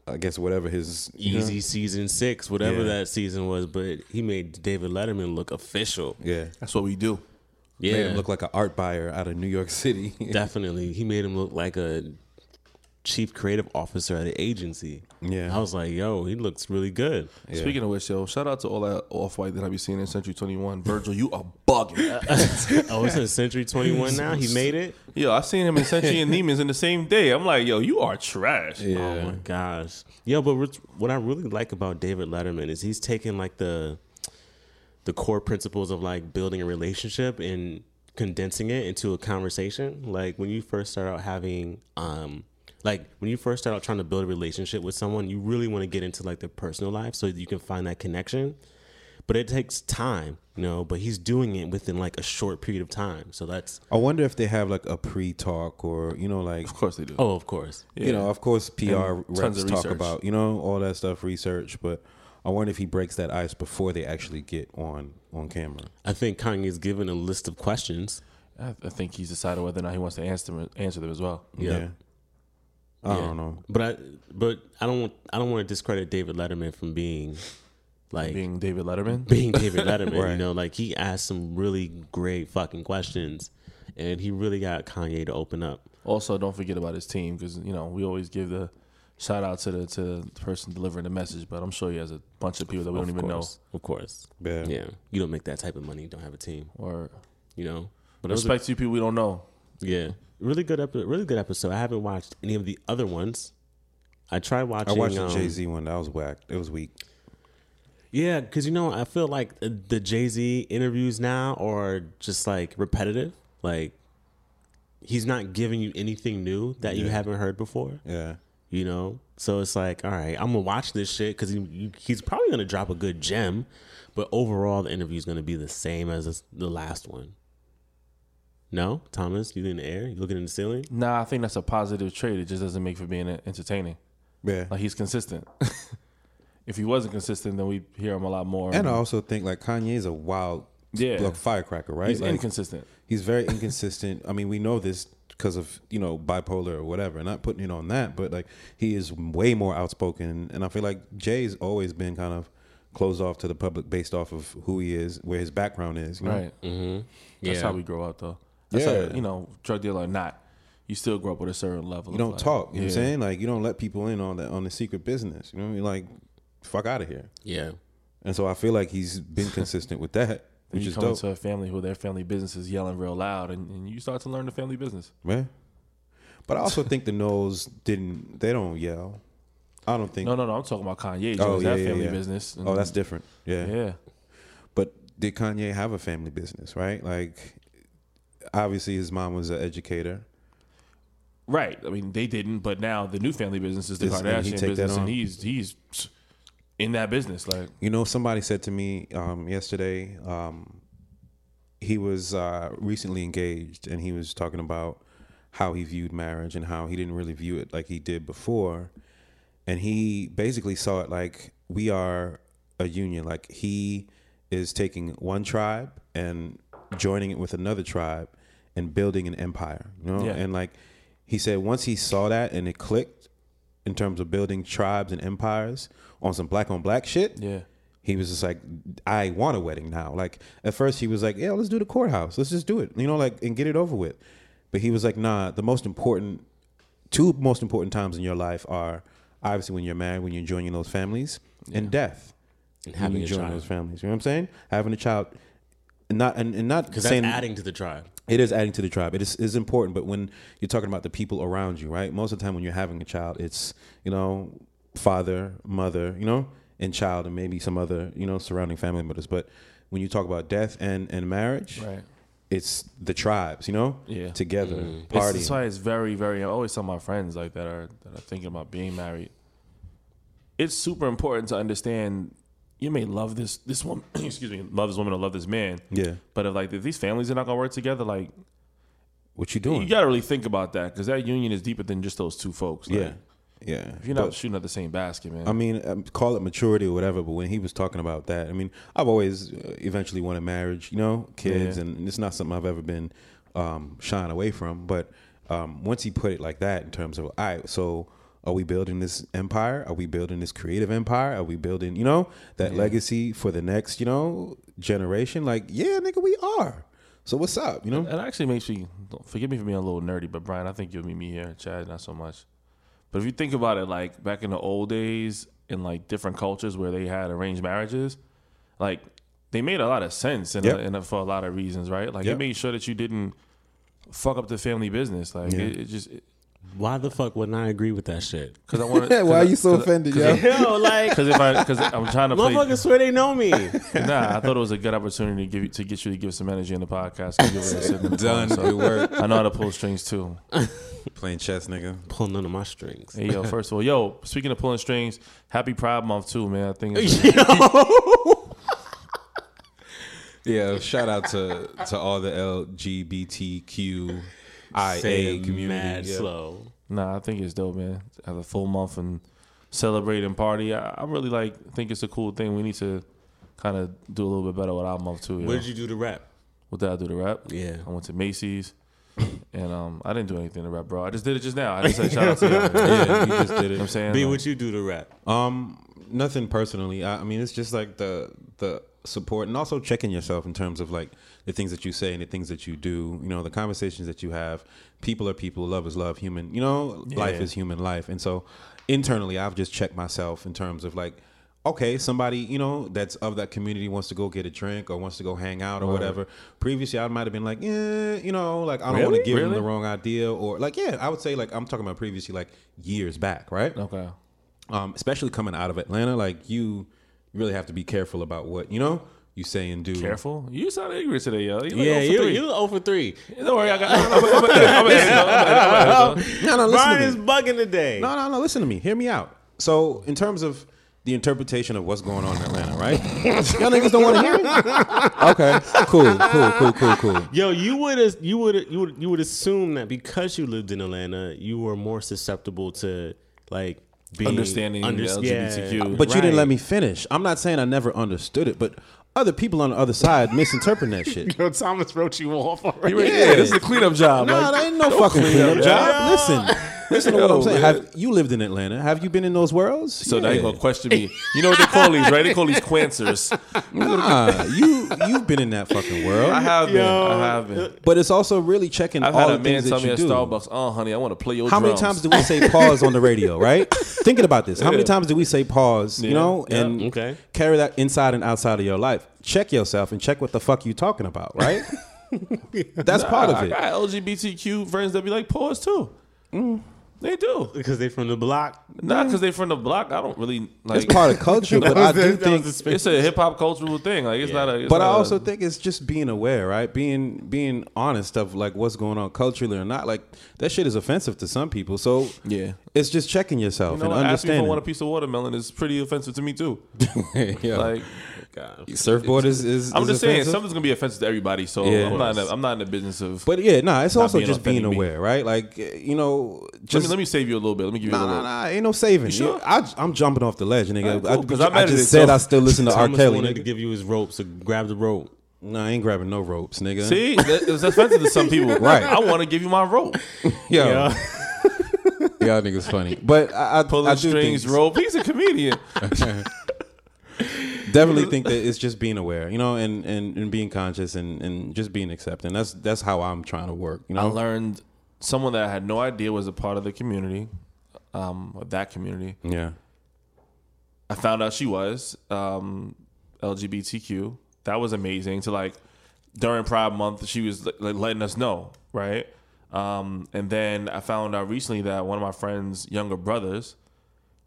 C: I guess, whatever his. you know?
A: Easy season six, whatever
C: Yeah.
A: that season was, but he made David Letterman look official.
C: Yeah.
B: That's what we do.
A: Yeah,
C: Made him look like an art buyer out of New York City.
A: definitely. He made him look like a chief creative officer at an agency.
C: Yeah.
A: I was like, yo, he looks really good.
B: Speaking of which, yo, shout out to all that off white that I be seeing in Century Twenty One. Virgil, you are bugging.
A: Oh, it's in Century 21 now. He made it.
B: yo, I seen him in Century and Neiman's in the same day. I'm like, yo, you are trash.
A: Oh my gosh. Yeah, but what- what I really like about David Letterman is he's taking like the the core principles of like building a relationship and condensing it into a conversation. Like when you first start out having um like when you first start out trying to build a relationship with someone, you really want to get into like their personal life so that you can find that connection. But it takes time, you know, but he's doing it within like a short period of time. So that's
C: I wonder if they have like a pre talk or, you know, like.
B: Of course they do.
A: Oh, of course.
C: You know, of course, PR
B: And tons
C: reps
B: of
C: talk
B: research.
C: about you know all that stuff, research. But I wonder if he breaks that ice before they actually get on on camera.
A: I think Kanye's given a list of questions.
B: I, I think he's decided whether or not he wants to answer them, answer them as well.
C: yeah. I
A: Yeah.
C: don't know.
A: But I but I don't want I don't want to discredit David Letterman from being like being,
B: Being David Letterman.
A: David Letterman. You
C: Right.
A: know, like he asked some really great fucking questions, and he really got Kanye to open up.
B: Also, don't forget about his team because you know we always give the shout out to the to the person delivering the message, but I'm sure he has a bunch of people that we
A: of
B: don't even
A: course, of course.
C: Yeah.
A: Yeah. you don't make that type of money. You don't have a team.
B: know. Or
A: You know. But it was a-
B: respect to people we don't know.
A: yeah, really good episode. Really good episode. I haven't watched any of the other ones. I tried
C: I
A: watching.
C: watched the
A: um,
C: Jay Z one. That was whack. It was weak.
A: Yeah, because you know, I feel like the- the Jay Z interviews now are just like repetitive. Like he's not giving you anything new that you haven't heard before.
C: Yeah.
A: You know, so it's like, all right, I'm gonna watch this shit because he, you- he's probably gonna drop a good gem, but overall, the interview's gonna be the same as this- the last one. No, Thomas, you in the air? You looking in the ceiling?
B: Nah, I think that's a positive trait. It just doesn't make for being entertaining.
C: Yeah.
B: Like he's consistent. if he wasn't consistent, then we would hear him a lot more.
C: And I also think like Kanye's a wild
B: Yeah.
C: like firecracker, right?
B: he's
C: Like,
B: inconsistent.
C: He's very inconsistent. I mean, we know this because of, you know, bipolar or whatever. Not putting it on that, but like he is way more outspoken and I feel like Jay's always been kind of closed off to the public based off of who he is, where his background is, you know?
B: Right. That's
A: Yeah.
B: how we grow up, though. That's
C: Yeah.
B: how, you know, drug dealer or not, you still grow up with a certain level.
C: You
B: of
C: don't
B: like-
C: talk, you know what I'm
B: Yeah.
C: saying? Like you don't let people in on that on the secret business. You know what I mean? Like fuck out of here.
A: Yeah,
C: And so I feel like he's been consistent with that,
B: Then
C: which
B: you
C: is
B: come
C: dope.
B: into a family who their family business is yelling real loud, and, and you start to learn the family business.
C: Man. But I also think the nose didn't. They don't yell. I don't think.
B: No, no, no. I'm talking about Kanye.
C: Oh,
B: Oh,
C: yeah,
B: that
C: yeah,
B: family
C: yeah.
B: business.
C: Oh, that's different. Yeah.
B: yeah.
C: But did Kanye have a family business? Right. Like, obviously, his mom was an educator.
B: Right. I mean, they didn't, but now the new family business is the
C: Is- and he
B: Kardashian
C: take that
B: business,
C: on?
B: and he's he's in that business. Like,
C: You know, somebody said to me um, yesterday. Um, he was uh, recently engaged, and he was talking about how he viewed marriage and how he didn't really view it like he did before, and he basically saw it like we are a union. Like he is taking one tribe and joining it with another tribe and building an empire. You know,
B: Yeah.
C: and like he said, once he saw that and it clicked in terms of building tribes and empires on some black on black shit
B: Yeah.
C: he was just like, I want a wedding now. Like at first he was like, Yeah, let's do the courthouse. Let's just do it. You know, like and get it over with. But he was like, nah, the most important two most important times in your life are obviously when you're married, when you're joining those families, and death.
A: And
C: when
A: having
C: you
A: a
C: join
A: child.
C: those families. You know what I'm saying? Having a child. And not and, and not
A: because that's
C: saying
A: adding to the tribe.
C: it is adding to the tribe. It is, is important, but when you're talking about the people around you, right? Most of the time, when you're having a child, it's you know father, mother, you know, and child, and maybe some other you know surrounding family members. But when you talk about death and and marriage,
B: Right.
C: It's the tribes, you know,
B: Yeah. Mm-hmm.
C: together
B: It's-
C: party.
B: That's why it's very, very. I always tell my friends like that are that are thinking about being married. It's super important to understand. You may love this this woman, excuse me, love this woman or love this man,
C: yeah,
B: but if like if these families are not gonna work together, like
C: what you doing?
B: you gotta really think about that because that union is deeper than just those two folks. Like,
C: yeah, yeah.
B: if you're not
C: But-
B: shooting at the same basket, man.
C: I mean, um, call it maturity or whatever, but when he was talking about that, I mean, I've always uh, eventually wanted marriage, you know, kids,
B: Yeah.
C: and it's not something I've ever been um, shying away from. But um, once he put it like that, in terms of, all right, so are we building this empire? Are we building this creative empire? Are we building, you know, that legacy for the next, you know, generation? Like, yeah, nigga, we are. So what's up, you know?
B: It actually makes me forgive me for being a little nerdy, but Brian, I think you'll meet me here. Chad, not so much. But if you think about it, like back in the old days, in like different cultures where they had arranged marriages, like they made a lot of sense, and
C: Yep.
B: and for a lot of reasons, right? Like
C: Yep.
B: it made sure that you didn't fuck up the family business. Like
C: Yeah.
B: it, it just
A: Why the fuck wouldn't I agree with that shit?
B: because I want.
C: Why are you so offended, yo?
A: Yo, like
B: Because if I because I'm trying to play.
A: motherfuckers swear they know me.
B: Nah, I thought it was a good opportunity to give you to get you to give some energy in the podcast. and give it a sit in the
C: Done.
B: corner,
C: Good work.
B: So I know how to pull strings too.
C: Playing chess, nigga.
A: Pull none of my strings.
B: Hey yo, first of all, yo, speaking of pulling strings, happy Pride Month too, man. I think it's,
A: Yo.
C: Yeah, shout out to to all the LGBTQIA
A: Say it
C: community.
A: mad
C: yeah.
A: slow.
B: nah, I think it's dope, man. Have a full month and celebrate and party. I, I really like think it's a cool thing. We need to kind of do a little bit better with our month too. Yo.
A: What did you do to rap?
B: what did I do to rap?
A: Yeah.
B: I went to Macy's. And um, I didn't do anything to rap, bro. I just did it just now. I just said shout out to you.
C: Yeah, you just did
B: You know what I'm
C: it.
B: saying?
A: B,
B: Like,
A: what you do to rap?
C: Um, nothing personally. I, I mean, it's just like the the support and also checking yourself in terms of like the things that you say and the things that you do. You know, the conversations that you have. People are people. Love is love. Human. You know, life is human life. And so, internally, I've just checked myself in terms of like. Okay, somebody you know that's of that community wants to go get a drink or wants to go hang out or whatever. Previously, I might have been like, yeah, you know, like I don't want to
B: Really?
C: give them
B: Really?
C: the wrong idea or like, yeah, I would say like I'm talking about previously, like years back, right?
B: okay.
C: um, especially coming out of Atlanta, like you really have to be careful about what you know you say and do.
B: Careful. You sound angry today, yo. You like
A: Yeah,
B: 0 for
A: you
B: three.
A: you 0 for three.
B: Don't worry, I got. I'm, I'm, I'm, I'm, I'm, I'm, I'm,
C: No, no, listen
A: Brian
C: to
A: is
C: me.
A: bugging today.
C: No, no, no, listen to me. Hear me out. So, in terms of the interpretation of what's going on in Atlanta, right? Y'all niggas don't want to hear it. Okay, cool, cool, cool, cool, cool.
A: Yo, you would you would you would you would assume that because you lived in Atlanta, you were more susceptible to like being
B: Understanding the LGBTQ.
C: But you didn't let
A: Right.
C: me finish. I'm not saying I never understood it, but other people on the other side misinterpret that shit.
A: Yo, Thomas wrote you off already.
B: Yeah, this is a cleanup job.
C: Nah,
B: like,
C: that ain't no fucking cleanup
B: yo.
C: job. Listen, listen to what I'm
B: Yo,
C: saying.
B: man.
C: Have you lived in Atlanta? Have you been in those worlds?
B: So now
C: Yeah.
B: you're gonna question me. You know what they call these, right? They call these quancers.
C: Nah, you you've been in that fucking world.
B: I have been.
A: Yo.
B: I have been.
C: But it's also really checking
B: I've
C: all
B: had a
C: the
B: man
C: things
B: tell
C: that
B: me
C: you
B: at
C: do.
B: Starbucks, oh honey, I want to play your
C: How many
B: drums.
C: times do we say pause on the radio, right? Thinking about this, how many times do we say pause, you
B: Yeah,
C: know,
B: yeah.
C: and
A: Okay.
C: carry that inside and outside of your life? Check yourself and check what the fuck you talking about, right? That's part of
B: I
C: it.
B: got LGBTQ friends that be like pause too.
C: Mm.
B: They do.
A: Because they from the block.
B: Not because they from the block. I don't really
C: It's
B: like.
C: part of culture, but I
A: That was-
C: do
A: that was
C: think
A: the space.
B: It's a hip hop cultural thing. Like it's not a. It's
C: But I
B: not
C: also
B: a,
C: think it's just being aware, right? Being being honest of like what's going on culturally or not. Like that shit is offensive to some people. So
B: Yeah.
C: it's just checking yourself
B: You know, ask me
C: and
B: if I
C: understanding.
B: want a piece of watermelon. It's pretty offensive to me too.
C: Yeah.
B: Like uh,
A: God.
C: Surfboard is. is
B: I'm
C: is
B: just saying
C: offensive.
B: something's gonna be offensive to everybody. So
C: Yeah.
B: I'm not. In the, I'm not in the business of.
C: But yeah, nah. It's also
B: being
C: just being
B: authentic me.
C: aware, right? Like eh, you know,
B: let
C: just
B: me let me save you a little bit. Let me give you a
C: Nah,
B: little.
C: nah, nah. Ain't no saving.
B: sure?
C: I, I'm jumping off the ledge, nigga.
B: Alright, cool, 'cause I'm
C: I,
B: mad at it,
C: just said
B: so-
C: I still listen to R.
A: Thomas
C: Kelly.
A: wanted to
C: Nigga.
A: give you his rope, so grab the rope.
C: Nah, I ain't grabbing no ropes, nigga.
B: See, that, it was offensive to some people.
C: Right.
B: I want to give you my rope.
C: Yo,
A: Yeah.
C: y'all niggas funny. But I, I,
B: Pulling
C: I do
B: strings,
C: think,
B: rope. He's a comedian.
C: definitely think that it's just being aware, you know, and, and, and being conscious and, and just being accepting. That's that's how I'm trying to work, you
B: I
C: know.
B: learned someone that I had no idea was a part of the community, um, of that community.
C: yeah.
B: I found out she was um, LGBTQ. That was amazing to like during Pride Month. She was like letting us know, right? Um, and then I found out recently that one of my friend's younger brothers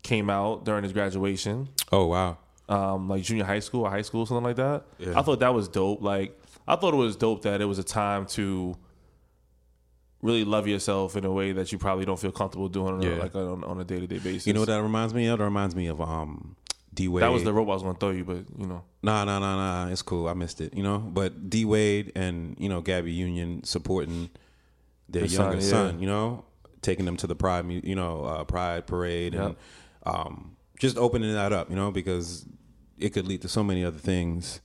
B: came out during his graduation,
C: Oh wow.
B: um, like junior high school or high school, something like that. I thought that was dope. Like I thought it was dope that it was a time to really love yourself in a way that you probably don't feel comfortable doing on a-
C: Yeah.
B: like on, on a day to day basis.
C: You know what that reminds me of? That reminds me of um D Wade.
B: that was the rope I was gonna throw you, but you know.
C: Nah, nah, nah, nah. It's cool. I missed it, you know. But D Wade and you know Gabby Union supporting their
B: Their son,
C: younger
B: yeah.
C: son, you know, taking them to the Pride, mu- you know, uh, Pride parade, and um, just opening that up, you know, because it could lead to so many other things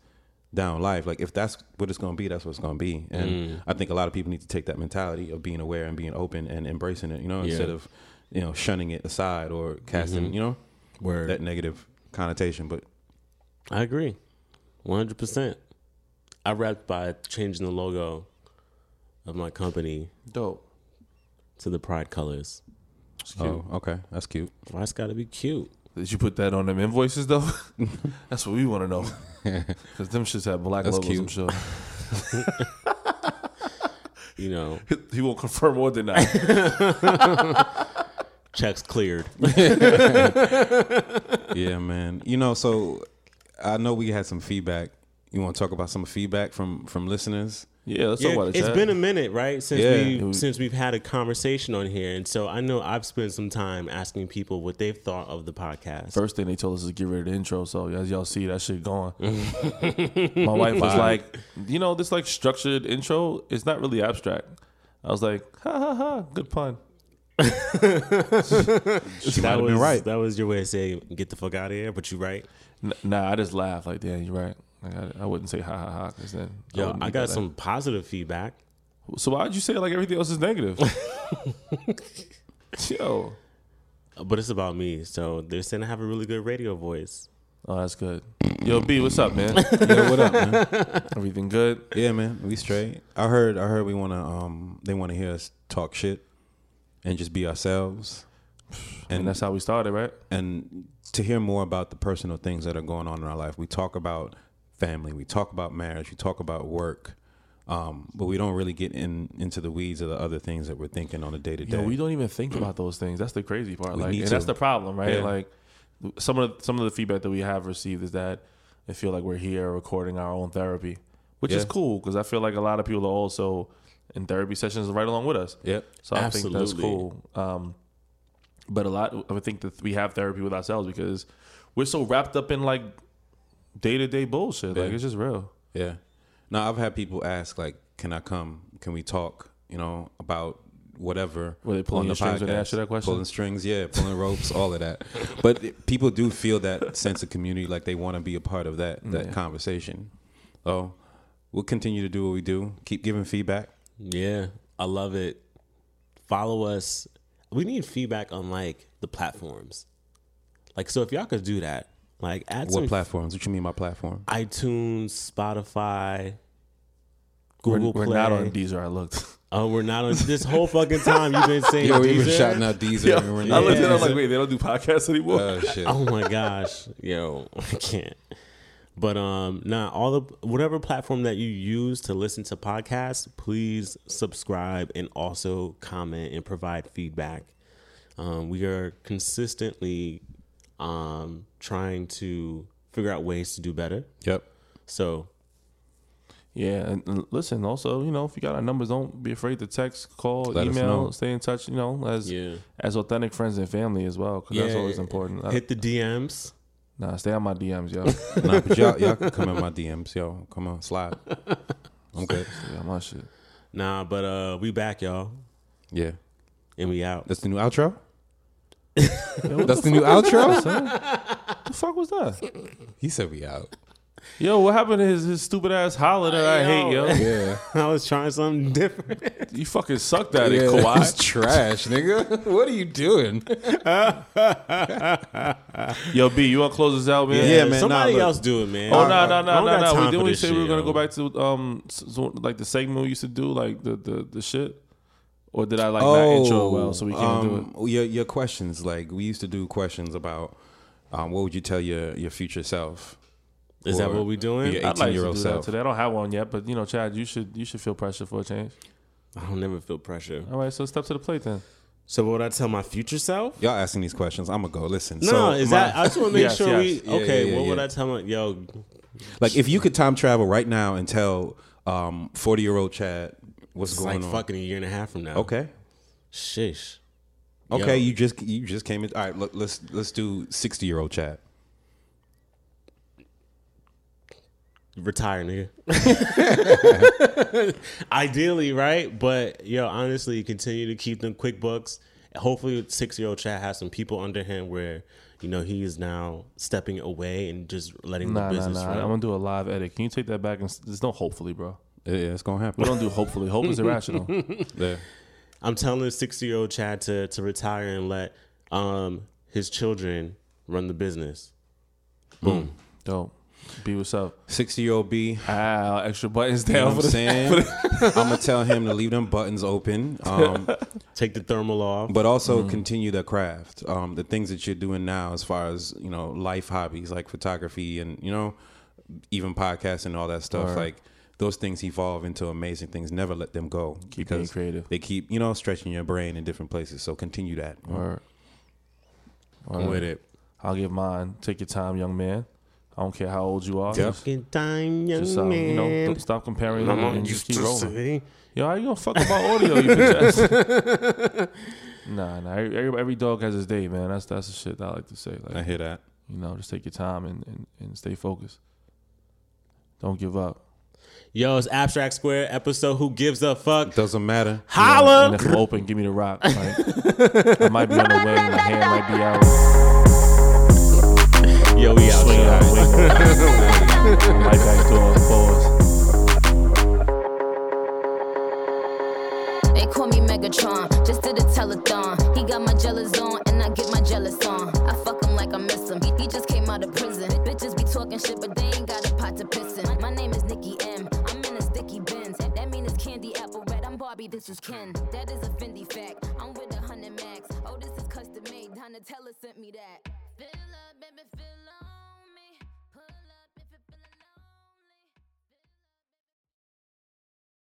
C: down life. Like if that's what it's going to be, that's what it's going to be. And I think a lot of people need to take that mentality of being aware and being open and embracing it, you know, instead of you know shunning it aside or casting, you know,
A: Word.
C: that negative connotation. But
A: I agree. 100%. I wrapped by changing the logo of my company
B: Dope.
A: to the pride colors.
C: oh, okay, that's cute.
A: Why it's got to be cute?
B: Did you put that on them invoices though? That's what we want to know. Cause them shits have black
C: That's
B: logos. I'm
C: cute.
B: sure.
A: You know,
B: he won't confirm or deny.
A: checks cleared.
C: yeah, man. You know, so I know we had some feedback. You want to talk about some feedback from from listeners?
B: yeah, let's talk
A: Yeah,
B: about it.
A: it's been a minute, right? Since
C: Yeah.
A: we since we've had a conversation on here, and so I know I've spent some time asking people what they've thought of the podcast.
B: First thing they told us is get rid of the intro. So as y'all see, that shit going. My wife was like, you know, this like structured intro is not really abstract. I was like, ha ha ha, good pun.
A: that
C: have been
A: was
C: right.
A: That was your way of saying get the fuck out of here. But you right.
B: N- nah, I just laugh like, damn, you're right. Like, I, I wouldn't say ha ha ha because then
A: Yo,
B: wouldn't
A: I
B: get
A: got
B: that.
A: some positive feedback.
B: So why'd you say like everything else is negative? Yo,
A: But it's about me, so they're saying I have a really good radio voice.
B: oh that's good. Yo, B, what's up, man?
C: Yo, what up, man?
B: Everything good?
C: Yeah, man. We straight. I heard. I heard we want to. Um, they want to hear us talk shit and just be ourselves.
B: And that's how we started, right?
C: and to hear more about the personal things that are going on in our life. We talk about family, we talk about marriage, we talk about work, um, but we don't really get in into the weeds of the other things that we're thinking on a day to
B: Yo, we
C: day.
B: don't even think about those things. That's the crazy part. like,
C: need
B: and that's
C: to.
B: the problem, right?
C: Yeah.
B: Like, some of the, some of the feedback that we have received is that they feel like we're here recording our own therapy, which is
C: Yeah.
B: cool because I feel like a lot of people are also in therapy sessions right along with us.
C: Yep.
B: So I think that's
A: Absolutely.
B: cool. Um, but a lot, I think that we have therapy with ourselves because we're so wrapped up in like day to day bullshit. Like
C: Yeah.
B: it's just real.
C: Yeah. Now I've had people ask like, "Can I come? Can we talk?" You know about whatever.
B: Were they pulling
C: on
B: your strings when they asked you that question?
C: Pulling strings, yeah, pulling ropes, all of that. But it- people do feel that sense of community, like they want to be a part of that that conversation. So we'll continue to do what we do. Keep giving feedback.
A: Yeah, I love it. Follow us. We need feedback on like the platforms. Like, so if y'all could do that, like add
C: What
A: some
C: platforms? What you mean by platform?
A: iTunes, Spotify,
B: We're,
A: Google
B: we're
A: Play.
B: not on Deezer. I looked.
A: Oh, we're not on this whole fucking time you've been saying. Deezer?
C: out Deezer. and we're
B: I
C: not-
B: looked at it. I was like, wait, they don't do podcasts anymore.
C: Oh shit!
A: Oh my gosh, yo, I can't. But um, nah, all the whatever platform that you use to listen to podcasts, please subscribe and also comment and provide feedback. Um, we are consistently um trying to figure out ways to do better.
C: Yep.
A: So
B: Yeah, and and listen. Also, you know, if you got our numbers, don't be afraid to text, call,
C: Let us
B: email,
C: know.
B: stay in touch. You know, as
A: Yeah.
B: as authentic friends and family as well, because that's
A: Yeah.
B: always important. I-
A: hit the DMs.
B: Nah, stay on my DMs, yo. Stay
C: Nah, but y'all, y'all can come in my DMs, yo. Come on, slide. I'm good.
B: on my shit.
A: Nah, but uh, we back, y'all,
C: Yeah,
A: and we out.
C: that's the new outro.
B: Yo,
C: That's the new outro.
B: what the fuck was that?
C: He said we out.
B: Yo, what happened to his, his stupid ass holler that I hate, yo?
C: Yeah,
A: I was trying something different.
B: You fucking sucked at it,
C: yeah. It's
B: Kawhi.
C: trash, nigga. What are you doing?
B: Yo, B, you want to close this out, man?
C: Yeah, man,
A: Somebody
C: nah, look.
A: else do it, man.
B: Oh no no
A: I
B: no
A: don't
B: no
A: got
B: no!
A: time
B: We
A: for
B: didn't we
A: this
B: say we were
A: shit,
B: gonna
A: yo.
B: go back to um s- so- like the segment we used to do, like the the, the shit, or did I like not intro well so we can't
A: Um,
B: do it?
C: do it. um, Your your questions, like we used to do questions about, um, what would you tell your your future self?
A: Is that
C: Or-
A: what we doing?
C: Yeah.
B: I'd like to do
C: 18-year-old
B: that
C: self.
B: today. I don't have one yet, but you know, Chad, you should you should feel pressure for a change.
A: I don't never feel pressure.
B: All right, so step to the plate then.
A: So what would I tell my future self?
C: Y'all asking these questions. I'm gonna go listen.
A: No,
C: so
A: is
C: my-
A: that uh, I just want to make
B: Yes,
A: sure
B: yes.
A: we
C: Yeah,
A: okay.
C: yeah, yeah,
A: what would
C: yeah.
A: I tell my yo?
C: like if you could time travel right now and tell um 40 year old Chad what's
A: It's
C: going
A: like
C: on?
A: fucking a year and a half from now.
C: Okay.
A: shish.
C: Okay,
A: Yo.
C: you just you just came in. All right, look, let's let's do sixty year old Chad.
A: retire, nigga. Ideally, right? But yo, honestly, continue to keep them QuickBooks. Hopefully, six year old Chad has some people under him where you know he is now stepping away and just letting
B: Nah
A: the
B: nah
A: business
B: nah.
A: run.
B: I'm gonna do a live edit. Can you take that back and s- there's no hopefully, bro.
C: Yeah, yeah, it's gonna
B: We
C: happen.
B: don't do hopefully. Hope is irrational.
C: yeah.
A: I'm telling six year old Chad to to retire and let um his children run the business.
B: Dope. B, what's up?
C: Sixty year old B.
B: Ah, extra buttons
C: You know
B: down for
C: what I'm
B: the
C: saying? I'm gonna tell him to leave them buttons open, um,
A: Take the thermal off.
C: but also
B: Mm-hmm.
C: continue the craft. Um, the things that you're doing now, as far as you know, life hobbies like photography and you know, even podcasting and all that stuff. Like those things evolve into amazing things. Never let them go
B: Keep being creative.
C: they keep you know stretching your brain in different places. So continue that.
B: Word.
C: I'm with it.
B: I'll give mine. Take your time, young man. I don't care how old you are.
C: Yeah.
B: Just,
A: Fucking time, young
B: just, uh,
A: man.
B: you know, don't stop comparing
A: My mom
B: and
A: used
B: just keep
A: to
B: rolling.
A: say,
B: Yo, how you gonna fuck up my audio, you bitch ass? nah, nah. Every, every- every dog has his day, man. That's that's the shit that I like to say.
C: I
B: Like,
C: hear that.
B: you know, just take your time and, and, and stay focused. Don't give up.
A: "Yo, it's Abstract Square episode. Who gives a fuck?
C: Doesn't matter.
A: Holla!"
B: And if I'm open, give me the rock. Right? I might be on the way, my hand might be out.
A: Yo, we out.
B: Swing
A: y'all.
B: out, wing it. Right back door, pause.
E: They call me Megatron, just did a telethon. He got my jealous on, and I get my jealous on. I fuck him like I miss him. He, he just came out of prison. Bitches be talking shit, but they ain't got a pot to piss in. My name is Nikki M. I'm in a sticky bins. That mean it's candy apple red. I'm Barbie, this is Ken. That is a Fendi fact. I'm with a hundred max. Oh, this is custom made. Donatella sent me that. Fill up, baby,